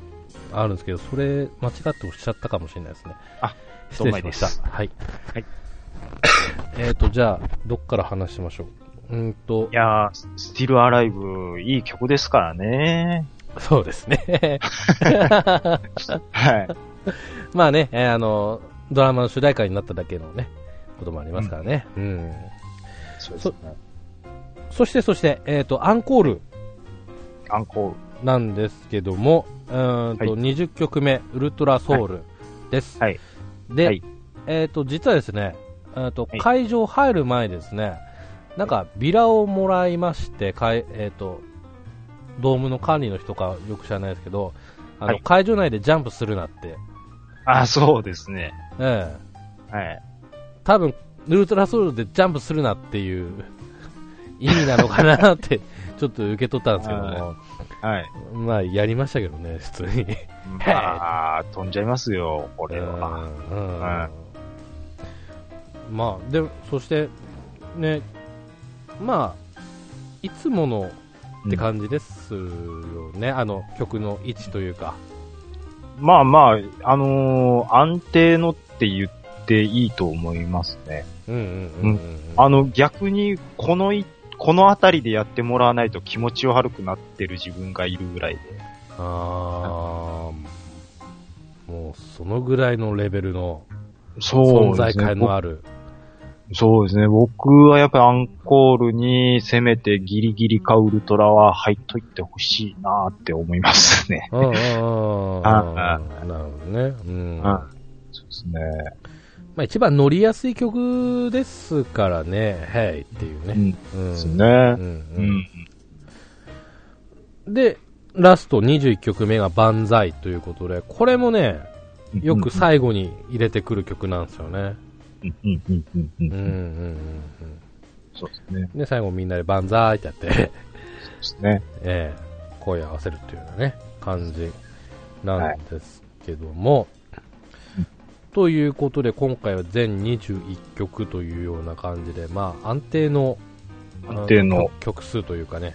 Speaker 1: あるんですけど、それ間違って押しちゃったかもしれないですね。
Speaker 2: あ、
Speaker 1: 失礼しまし
Speaker 2: どうもです
Speaker 1: た。はい。
Speaker 2: はい。
Speaker 1: えっと、じゃあ、どっから話しましょう。うーんと
Speaker 2: い、やー、スティルアライブ、いい曲ですからね。
Speaker 1: そうですね。
Speaker 2: はい。
Speaker 1: まあね、えーあの、ドラマの主題歌になっただけのね、こともありますからね。うん。
Speaker 2: そうですね。
Speaker 1: そして、そして、えっ、と、アンコール
Speaker 2: アンコール。
Speaker 1: なんですけども、うーんと、
Speaker 2: はい
Speaker 1: 20曲目、ウルトラソウルです。
Speaker 2: はい
Speaker 1: で、
Speaker 2: はい
Speaker 1: えっ、と、実はですね、えーと
Speaker 2: はい
Speaker 1: 会場入る前ですね、なんかビラをもらいまして、かいえっ、と、ドームの管理の人かよく知らないですけど、あの、
Speaker 2: はい
Speaker 1: 会場内でジャンプするなって、
Speaker 2: あ、そうですね。
Speaker 1: ええ
Speaker 2: はい。
Speaker 1: 多分ウルトラソウルでジャンプするなっていう意味なのかなって、ちょっと受け取ったんですけども、
Speaker 2: はい。
Speaker 1: まあ、やりましたけどね、普通に。
Speaker 2: まあ、飛んじゃいますよ、これは。
Speaker 1: うん
Speaker 2: は
Speaker 1: まあ、で、そして、ね、まあ、いつものって感じですよね、あの曲の位置というか。
Speaker 2: まあまあ、あのー安定のって言っていいと思いますね。
Speaker 1: うんうんうんうん。
Speaker 2: あの、逆に、このい、この辺りでやってもらわないと気持ち悪くなってる自分がいるぐらいで。
Speaker 1: あーもうそのぐらいのレベルの
Speaker 2: そ
Speaker 1: 存
Speaker 2: うで
Speaker 1: 在
Speaker 2: すね。
Speaker 1: 感のある。
Speaker 2: 僕そうですね。僕はやっぱりアンコールに、せめてギリギリかウルトラは入っといてほしいなって思いますね。
Speaker 1: うんうんうんうん
Speaker 2: あ
Speaker 1: なるほどね。うん。
Speaker 2: ん
Speaker 1: ま
Speaker 2: そうですね。
Speaker 1: あ一番乗りやすい曲ですからね、はいっていう
Speaker 2: う
Speaker 1: ね。
Speaker 2: ん。
Speaker 1: うん
Speaker 2: です
Speaker 1: う
Speaker 2: ね。うんん。
Speaker 1: うんで、ラスト21曲目が万歳ということで、これもね、よく最後に入れてくる曲なんですよね。
Speaker 2: うんうんうんうんう
Speaker 1: うんんう
Speaker 2: うんん。
Speaker 1: うん
Speaker 2: そうですね。
Speaker 1: うん。で、最後みんなで万歳ってやって、
Speaker 2: そうですね。
Speaker 1: ええ声を合わせるっていうようなね、感じなんですけども、ということで今回は全21曲というような感じで、まあ安定の
Speaker 2: 安定
Speaker 1: あ
Speaker 2: の、
Speaker 1: 曲曲数というかね、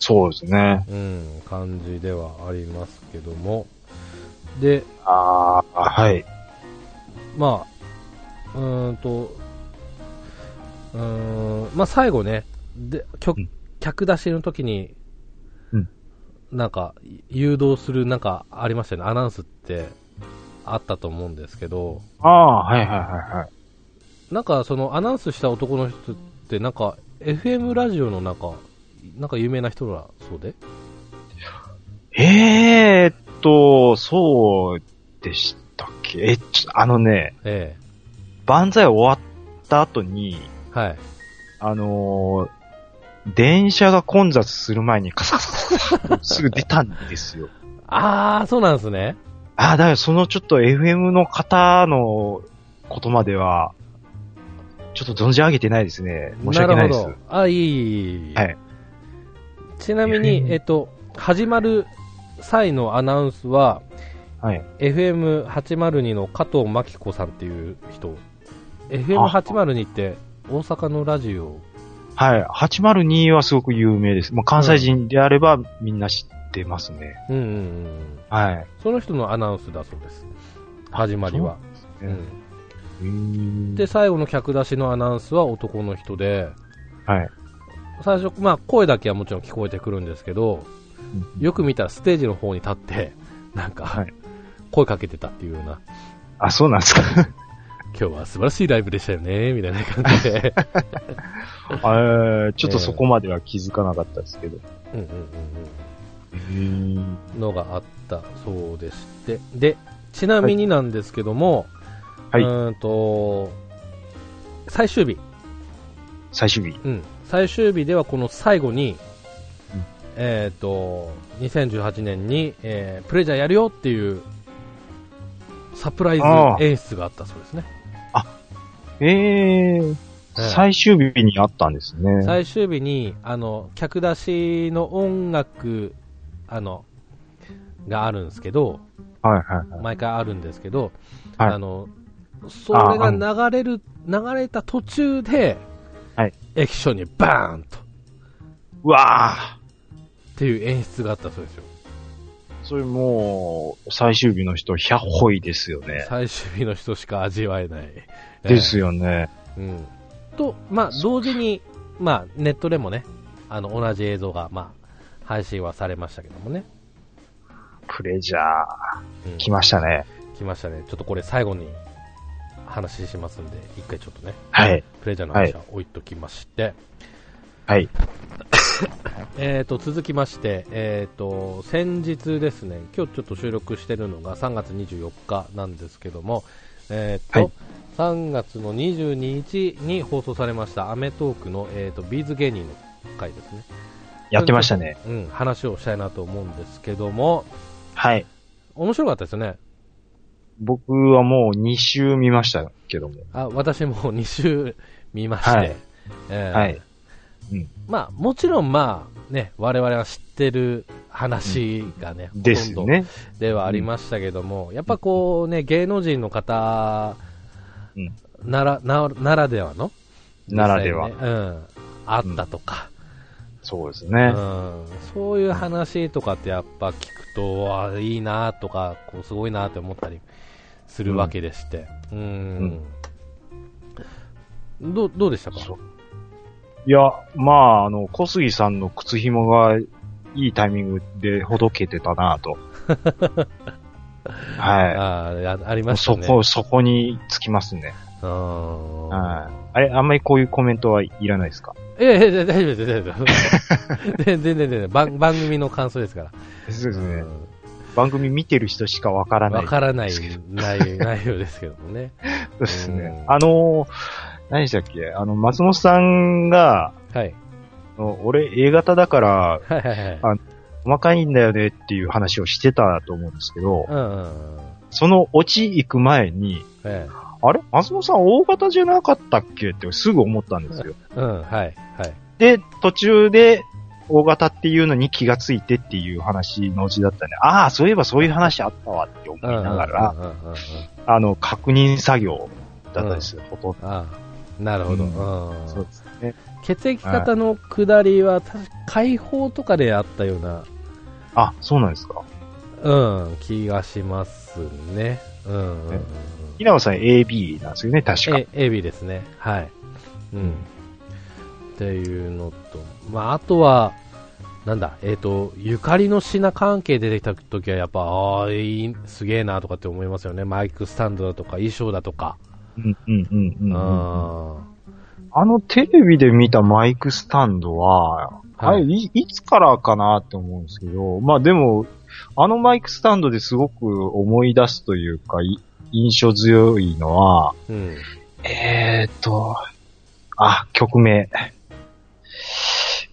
Speaker 2: そうですね。
Speaker 1: うん、感じではありますけども、で、
Speaker 2: ああ、はい。
Speaker 1: まあ、うーんと、うーん、まあ最後ね、で曲
Speaker 2: うん
Speaker 1: 客出しの時に、
Speaker 2: うん
Speaker 1: なんか、誘導する、なんかありましたよね、アナウンスってあったと思うんですけど、
Speaker 2: ああ、はいはいはいはい。
Speaker 1: なんかそのアナウンスした男の人って、なんか FM ラジオのなんか、なんか有名な人だそうで、
Speaker 2: えーっと、そうでしたっけえ、ちょあのね、
Speaker 1: え
Speaker 2: 万歳終わった後に、
Speaker 1: えはい。
Speaker 2: あのー電車が混雑する前にカサカサカサカサすぐ出たんですよ。
Speaker 1: あー、そうなんですね。
Speaker 2: ああ、だからそのちょっと FM の方のことまでは、ちょっと存じ上げてないですね。申し訳ないです
Speaker 1: る。ほど。あ、いいいいいい。
Speaker 2: はい
Speaker 1: ちなみに、
Speaker 2: FM
Speaker 1: えっと、始まる際のアナウンスは、
Speaker 2: はい。
Speaker 1: FM802 の加藤真希子さんっていう人。FM802 って大阪のラジオ。
Speaker 2: はい。802はすごく有名です。まあ、関西人であればみんな知ってますね。
Speaker 1: うんうんうん。
Speaker 2: はい。
Speaker 1: その人のアナウンスだそうです。始まりは。
Speaker 2: そううですね
Speaker 1: ん
Speaker 2: で
Speaker 1: で、、最後の客出しのアナウンスは男の人で、
Speaker 2: はい。
Speaker 1: 最初、まあ、声だけはもちろん聞こえてくるんですけど、よく見たらステージの方に立って、なん
Speaker 2: は
Speaker 1: か
Speaker 2: い、
Speaker 1: 声かけてたっていうような、
Speaker 2: あ、そうなんですか。
Speaker 1: 今日は素晴らしいライブでしたよね、みたいな感じで。
Speaker 2: えーちょっとそこまでは気づかなかったですけど。
Speaker 1: うんうんうんうん。のがあったそうでして。で、ちなみになんですけども、
Speaker 2: はいう
Speaker 1: ーんと、最終日、
Speaker 2: 最終日。
Speaker 1: うん、最終日ではこの最後に、
Speaker 2: うん
Speaker 1: えっ、と、2018年に、えープレジャーやるよっていう、サプライズ
Speaker 2: ああ
Speaker 1: 演出があったそうですね。
Speaker 2: ええ
Speaker 1: ええ
Speaker 2: 最終日にあったんですね。
Speaker 1: 最終日に、あの、客出しの音楽、あの、があるんですけど、
Speaker 2: はいはいはい。
Speaker 1: 毎回あるんですけど、
Speaker 2: はい
Speaker 1: あの、それが流
Speaker 2: あ
Speaker 1: れる、流れた途中で、
Speaker 2: はい
Speaker 1: 液晶にバーンと、っ
Speaker 2: うわあ
Speaker 1: ていう演出があったそうですよ。
Speaker 2: それもう、最終日の人、100ほいですよね。
Speaker 1: 最終日の人しか味わえない。
Speaker 2: ですよね。
Speaker 1: うん、と、まあ、同時に、まあ、ネットでもね、あの同じ映像が、まあ、配信はされましたけどもね、
Speaker 2: プレジャー、
Speaker 1: うん、
Speaker 2: 来ましたね。
Speaker 1: 来ましたね、ちょっとこれ、最後に話しますんで、一回ちょっとね、
Speaker 2: はい。
Speaker 1: プレジャーの話は置いときまして、
Speaker 2: はい。
Speaker 1: えー、と続きまして、えー、と先日ですね、今日ちょっと収録してるのが3月24日なんですけども、えーと
Speaker 2: はい
Speaker 1: 3月の22日に放送されました、アメトーークの、えー、とビーズ芸人の回ですね。
Speaker 2: やってましたね。
Speaker 1: うん、話をしたいなと思うんですけども、
Speaker 2: はい。
Speaker 1: 面白かったですよね。
Speaker 2: 僕はもう2週見ましたけども。
Speaker 1: あ、私も 2週見まして。
Speaker 2: はい
Speaker 1: えー
Speaker 2: はい。
Speaker 1: まあ、もちろんまあ、ね、我々は知ってる話がね、ほとんど
Speaker 2: ですね。
Speaker 1: ではありましたけども、やっぱこうね、芸能人の方
Speaker 2: うん
Speaker 1: なら、なならではの
Speaker 2: ならでは
Speaker 1: 実。際ねうん。あったとか、
Speaker 2: そうです
Speaker 1: う
Speaker 2: ね。
Speaker 1: んそういう話とかってやっぱ聞くと、あいいなとか、こうすごいなって思ったりするわけでして。うん。どうどうでしたか
Speaker 2: そういや、まあ、あの、小杉さんの靴紐がいいタイミングでほどけてたな ぁと。は
Speaker 1: あーああり
Speaker 2: い。も
Speaker 1: ま
Speaker 2: う
Speaker 1: した
Speaker 2: そ
Speaker 1: ね。
Speaker 2: こ、そこにつきますね。
Speaker 1: うん
Speaker 2: はい。あれ、あんまりこういうコメントはいらないですか
Speaker 1: いやいや、大丈夫です、大丈夫です。 全然、全然、番番組の感想ですから。
Speaker 2: そうですね
Speaker 1: う。ん
Speaker 2: 番組見てる人しかわからな
Speaker 1: わ
Speaker 2: い。
Speaker 1: からない 内内容ですけどもね。
Speaker 2: そうですね。
Speaker 1: うん
Speaker 2: あのー、何でしたっけあの、松本さんが、
Speaker 1: はい。
Speaker 2: あの俺 A 型だから、
Speaker 1: はいはいはい。
Speaker 2: あ細かいんだよねっていう話をしてたと思うんですけど、
Speaker 1: うんうんうん。
Speaker 2: そのオチ行く前に、
Speaker 1: ええ。
Speaker 2: あれ松本さん大型じゃなかったっけってすぐ思ったんですよ。
Speaker 1: うん、はい。はい。
Speaker 2: で、途中で大型っていうのに気がついてっていう話のうちだったね。ああ、そういえばそういう話あったわって思い
Speaker 1: うんうんうんうんうん。
Speaker 2: ながら、あの、確認作業だったんですよ、ほとんど。
Speaker 1: ああ、なるほど。
Speaker 2: そう
Speaker 1: うん。
Speaker 2: ですね。
Speaker 1: 血液型の下りは、確か解放とかであったような、
Speaker 2: あ、そうなんですか。
Speaker 1: うん、気がしますね。うんうんうん。
Speaker 2: 稲尾さん AB なんですよね、確か。
Speaker 1: え、エビですね。はい。うん。っていうのと、まあ、あとは、なんだ、えっ、と、ゆかりの品関係出てきた時は、やっぱ、ああ、いい、すげえなとかって思いますよね。マイクスタンドだとか、衣装だとか。
Speaker 2: うんうんうんう
Speaker 1: うん。
Speaker 2: うんん。
Speaker 1: あ
Speaker 2: あのテレビで見たマイクスタンドは、あ
Speaker 1: はい
Speaker 2: れいいつからかなって思うんですけど、まあでも、あのマイクスタンドですごく思い出すというか、い印象強いのは、
Speaker 1: うん。
Speaker 2: えーっと、あ、曲名。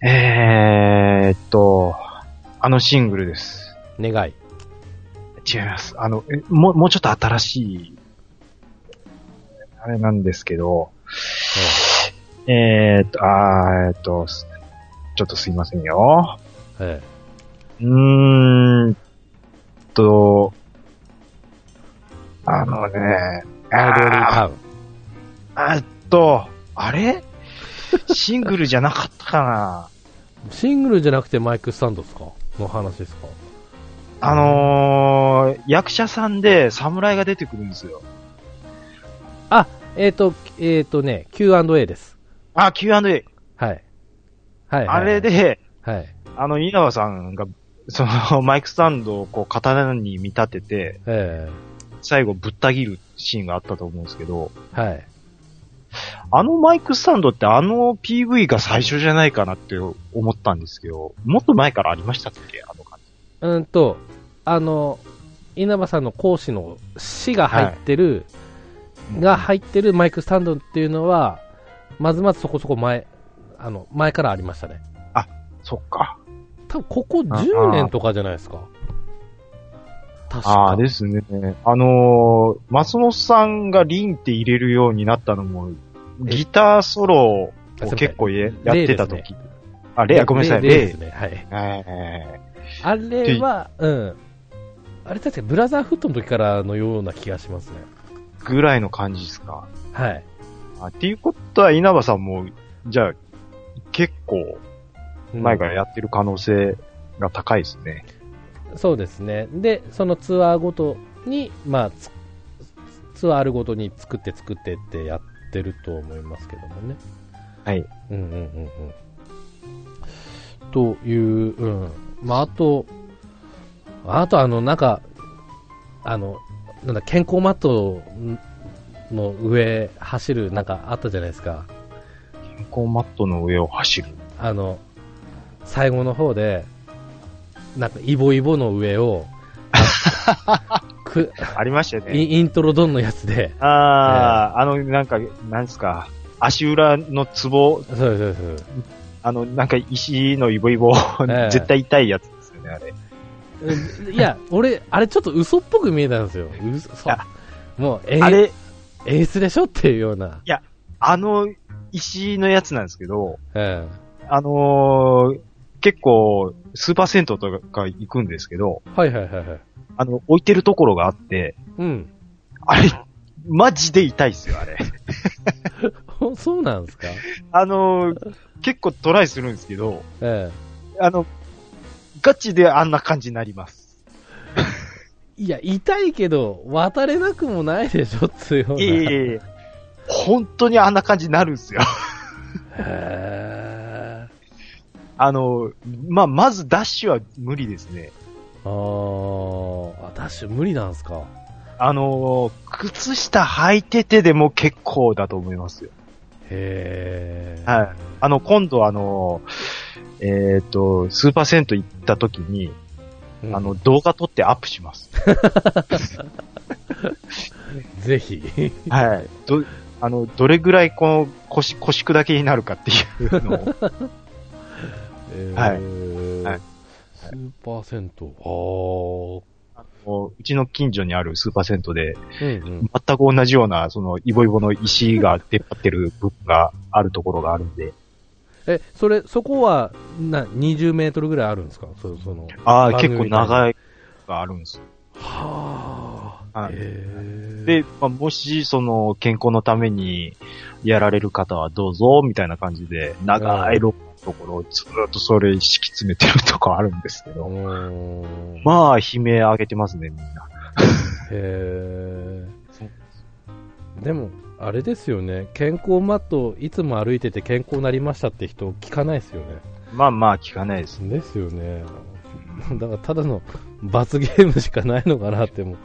Speaker 2: えーっと、あのシングルです。
Speaker 1: 願い。
Speaker 2: 違います。あの、えもう、もうちょっと新しい、あれなんですけど、えーっと、あーえーっと、すちょっとすいませんよ。
Speaker 1: え
Speaker 2: うーんと、あのね、
Speaker 1: え。アイドリー
Speaker 2: あー
Speaker 1: タウン。
Speaker 2: えっと、あれシングルじゃなかったかな
Speaker 1: シングルじゃなくてマイクスタンドですかの話ですか
Speaker 2: あのー、役者さんで侍が出てくるんですよ。
Speaker 1: えっ、と、えっ、とね、Q&A です。
Speaker 2: あ、Q&A。
Speaker 1: はい。はい。
Speaker 2: あれ。で、
Speaker 1: はい。
Speaker 2: あの、稲葉さんが、その、 マイクスタンドをこう、刀に見立てて、
Speaker 1: え
Speaker 2: 最後ぶった切るシーンがあったと思うんですけど、
Speaker 1: えはい。
Speaker 2: あのマイクスタンドってあの PV が最初じゃないかなって思ったんですけど、もっと前からありましたっけあの感じ。
Speaker 1: うんと、あの、稲葉さんの講師の詩が入ってる、
Speaker 2: はい
Speaker 1: が入ってるマイクスタンドっていうのは、まずまずそこそこ前、あの、前からありましたね。
Speaker 2: そっか。
Speaker 1: 多分ここ10年とかじゃないですか。確
Speaker 2: ああ
Speaker 1: か。
Speaker 2: ですね。あのー松本さんがリンって入れるようになったのも、ギターソロを結構ややってた時。あ、レイ、あごめんなさい、
Speaker 1: レレイ
Speaker 2: レ
Speaker 1: で
Speaker 2: イ
Speaker 1: す。ね。はい。
Speaker 2: え
Speaker 1: あれは、うん。あれ確かブラザーフットの時からのような気がしますね。
Speaker 2: ーぐらいの感じですか。
Speaker 1: はい。
Speaker 2: あっていうことは、稲葉さんも、じゃあ、結構前からやってる可能性が高いですね。
Speaker 1: そうですね。で、そのツアーごとに、まあ、つツアーあるごとに作って作ってってやってると思いますけどもね。
Speaker 2: はい。
Speaker 1: うんうんうんうん。という、うん。まあ、あと、あとあの、なんか、あの、なんだ、健康マットの上走る、なんかあったじゃないですか。
Speaker 2: 健康マットの上を走る。
Speaker 1: あの、最後の方で、なんか、イボイボの上を、あのく
Speaker 2: ありましたよ
Speaker 1: イ
Speaker 2: ね。
Speaker 1: ンイントロドンのやつで、
Speaker 2: ああ、あの、なんか、なんですか、足裏のツボ、
Speaker 1: そうですそうです
Speaker 2: あの、なんか石のイボイボ、
Speaker 1: ええ
Speaker 2: 絶対痛いやつですよね、あれ。
Speaker 1: うん いや、俺、あれちょっと嘘っぽく見えたんですよ。嘘そう
Speaker 2: や
Speaker 1: もう、え
Speaker 2: あれ、
Speaker 1: 演出でしょっていうような。
Speaker 2: あの石のやつなんですけど、
Speaker 1: うん。
Speaker 2: あのー結構、スーパー銭湯とか行くんですけど、
Speaker 1: はいはいはいはい。
Speaker 2: あの、置いてるところがあって、
Speaker 1: うん。
Speaker 2: あれ、マジで痛いっすよ、あれ。
Speaker 1: そうなんですか
Speaker 2: あのー結構トライするんですけど、
Speaker 1: え
Speaker 2: あの、ガチであんな感じになります。
Speaker 1: え。いや、痛いけど、渡れなくもないでしょっていうような。
Speaker 2: いえいえいえ、本当にあんな感じになるんですよ。
Speaker 1: へー
Speaker 2: あのーまあ、まずダッシュは無理ですね。
Speaker 1: あーあ、ダッシュ無理なんですか。
Speaker 2: あのー靴下履いててでも結構だと思いますよ。
Speaker 1: へえ。
Speaker 2: はい。あの、今度あのーえっ、と、スーパー銭湯行った時に、
Speaker 1: うん
Speaker 2: あの、、動画撮ってアップします。
Speaker 1: ぜひ。
Speaker 2: はい。ど、あの、どれぐらいこの腰、腰砕けになるかっていうの を。はい
Speaker 1: い
Speaker 2: はい
Speaker 1: スーパー銭湯。あ
Speaker 2: もううちの近所にあるスーパー銭湯で、
Speaker 1: あ。うんうん。
Speaker 2: 全く同じような、その、イボイボの石が出っ張ってる部分があるところがあるんで。
Speaker 1: え、それ、そこは、な、20メートルぐらいあるんですかそその。
Speaker 2: ああ、
Speaker 1: 番組
Speaker 2: 結構長いがあるんですよ。
Speaker 1: は
Speaker 2: はい
Speaker 1: え
Speaker 2: で、、まあ、もし、その、健康のためにやられる方はどうぞ、みたいな感じで、長いロックのところをずーっとそれ敷き詰めてるとこあるんですけ
Speaker 1: う
Speaker 2: ど、
Speaker 1: ん。
Speaker 2: まあ、悲鳴上げてますね、みんな。
Speaker 1: へ
Speaker 2: そう
Speaker 1: え。でも、あれですよね。健康マット、いつも歩いてて健康になりましたって人、聞かないですよね。
Speaker 2: まあまあ、聞かないですね。
Speaker 1: ですよね。 だから、ただの罰ゲームしかないのかなっても、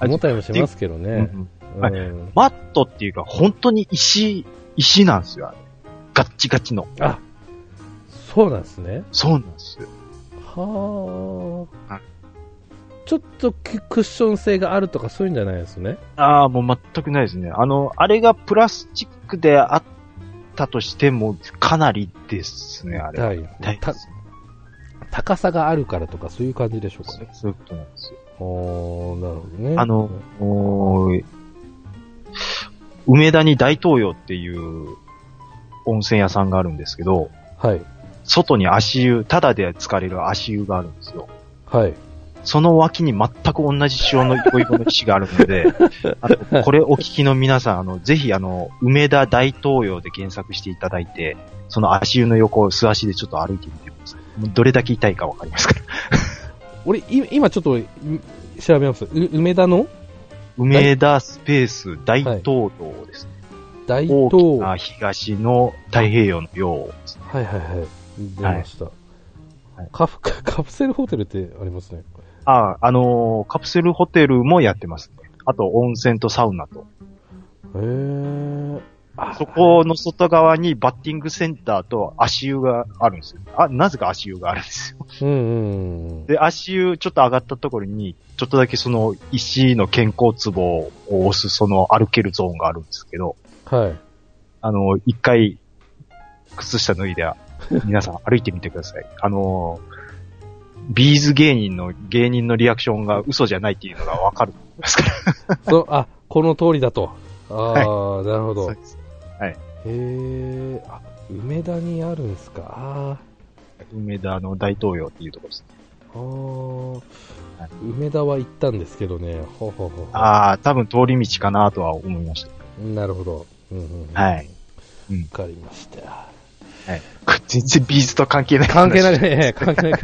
Speaker 1: 思ったりもしますけど
Speaker 2: う
Speaker 1: ね。
Speaker 2: ん
Speaker 1: う
Speaker 2: は
Speaker 1: ん。
Speaker 2: マットっていうか、本当に石、石なんですよ、あれ。ガッチガチの。
Speaker 1: あ、そうなんですね。
Speaker 2: そうなんですよ。
Speaker 1: は
Speaker 2: は
Speaker 1: あ
Speaker 2: い。
Speaker 1: ちょっとククッション性があるとかそういうんじゃないですね。
Speaker 2: ああ、もう全くないですね。あの、あれがプラスチックであったとしても、かなりですね、あれ。
Speaker 1: はい。た
Speaker 2: ですね
Speaker 1: 高さがあるからとかそういう感じでしょうかね。
Speaker 2: そういうことなんですよ。
Speaker 1: おーなるほどね。
Speaker 2: あの、おー梅田に大東洋っていう温泉屋さんがあるんですけど、
Speaker 1: はい。
Speaker 2: 外に足湯、ただで疲れる足湯があるんですよ。
Speaker 1: はい。
Speaker 2: その脇に全く同じ塩のイコイコの石がある ので、あのこれお聞きの皆さん、あの、ぜひ、あの、梅田大東洋で検索していただいて、その足湯の横を素足でちょっと歩いてみてください。もうどれだけ痛いかわかりますから。
Speaker 1: 俺、い今ちょっとん調べます。う梅田の
Speaker 2: 梅田スペース大東洋ですね。
Speaker 1: 大
Speaker 2: 大
Speaker 1: 東。
Speaker 2: きな
Speaker 1: はい
Speaker 2: 東の太平洋の洋
Speaker 1: はいはい。出ました。
Speaker 2: はい
Speaker 1: カフ カカプセルホテルってありますね。
Speaker 2: あ、あのーカプセルホテルもやってますね。あと、温泉とサウナと。
Speaker 1: へー。あ
Speaker 2: そこの外側にバッティングセンターと足湯があるんですよ。あ、なぜか足湯があるんですよ。
Speaker 1: うん うんうん。
Speaker 2: で、足湯ちょっと上がったところに、ちょっとだけその石の健康壺を押す、その歩けるゾーンがあるんですけど、
Speaker 1: はい。
Speaker 2: あのー 一回、靴下脱いで、皆さん歩いてみてください。あのービーズ芸人の芸人のリアクションが嘘じゃないっていうのがわかると思いますから。
Speaker 1: そあ、この通りだと。ああ、なるほど。
Speaker 2: そう
Speaker 1: へ
Speaker 2: です
Speaker 1: え、あ、梅田にあるんですか。あ
Speaker 2: 梅田の大東洋っていうところです。
Speaker 1: ーあー、梅田は行ったんですけどね。ほうほうほうほう。
Speaker 2: ああ、多分通り道かなとは思いました。
Speaker 1: なるほど。うんうんうん、
Speaker 2: はい。
Speaker 1: わかりました。
Speaker 2: はい。これ全然ビーズと関係ない話。
Speaker 1: 関係ない、関係ない。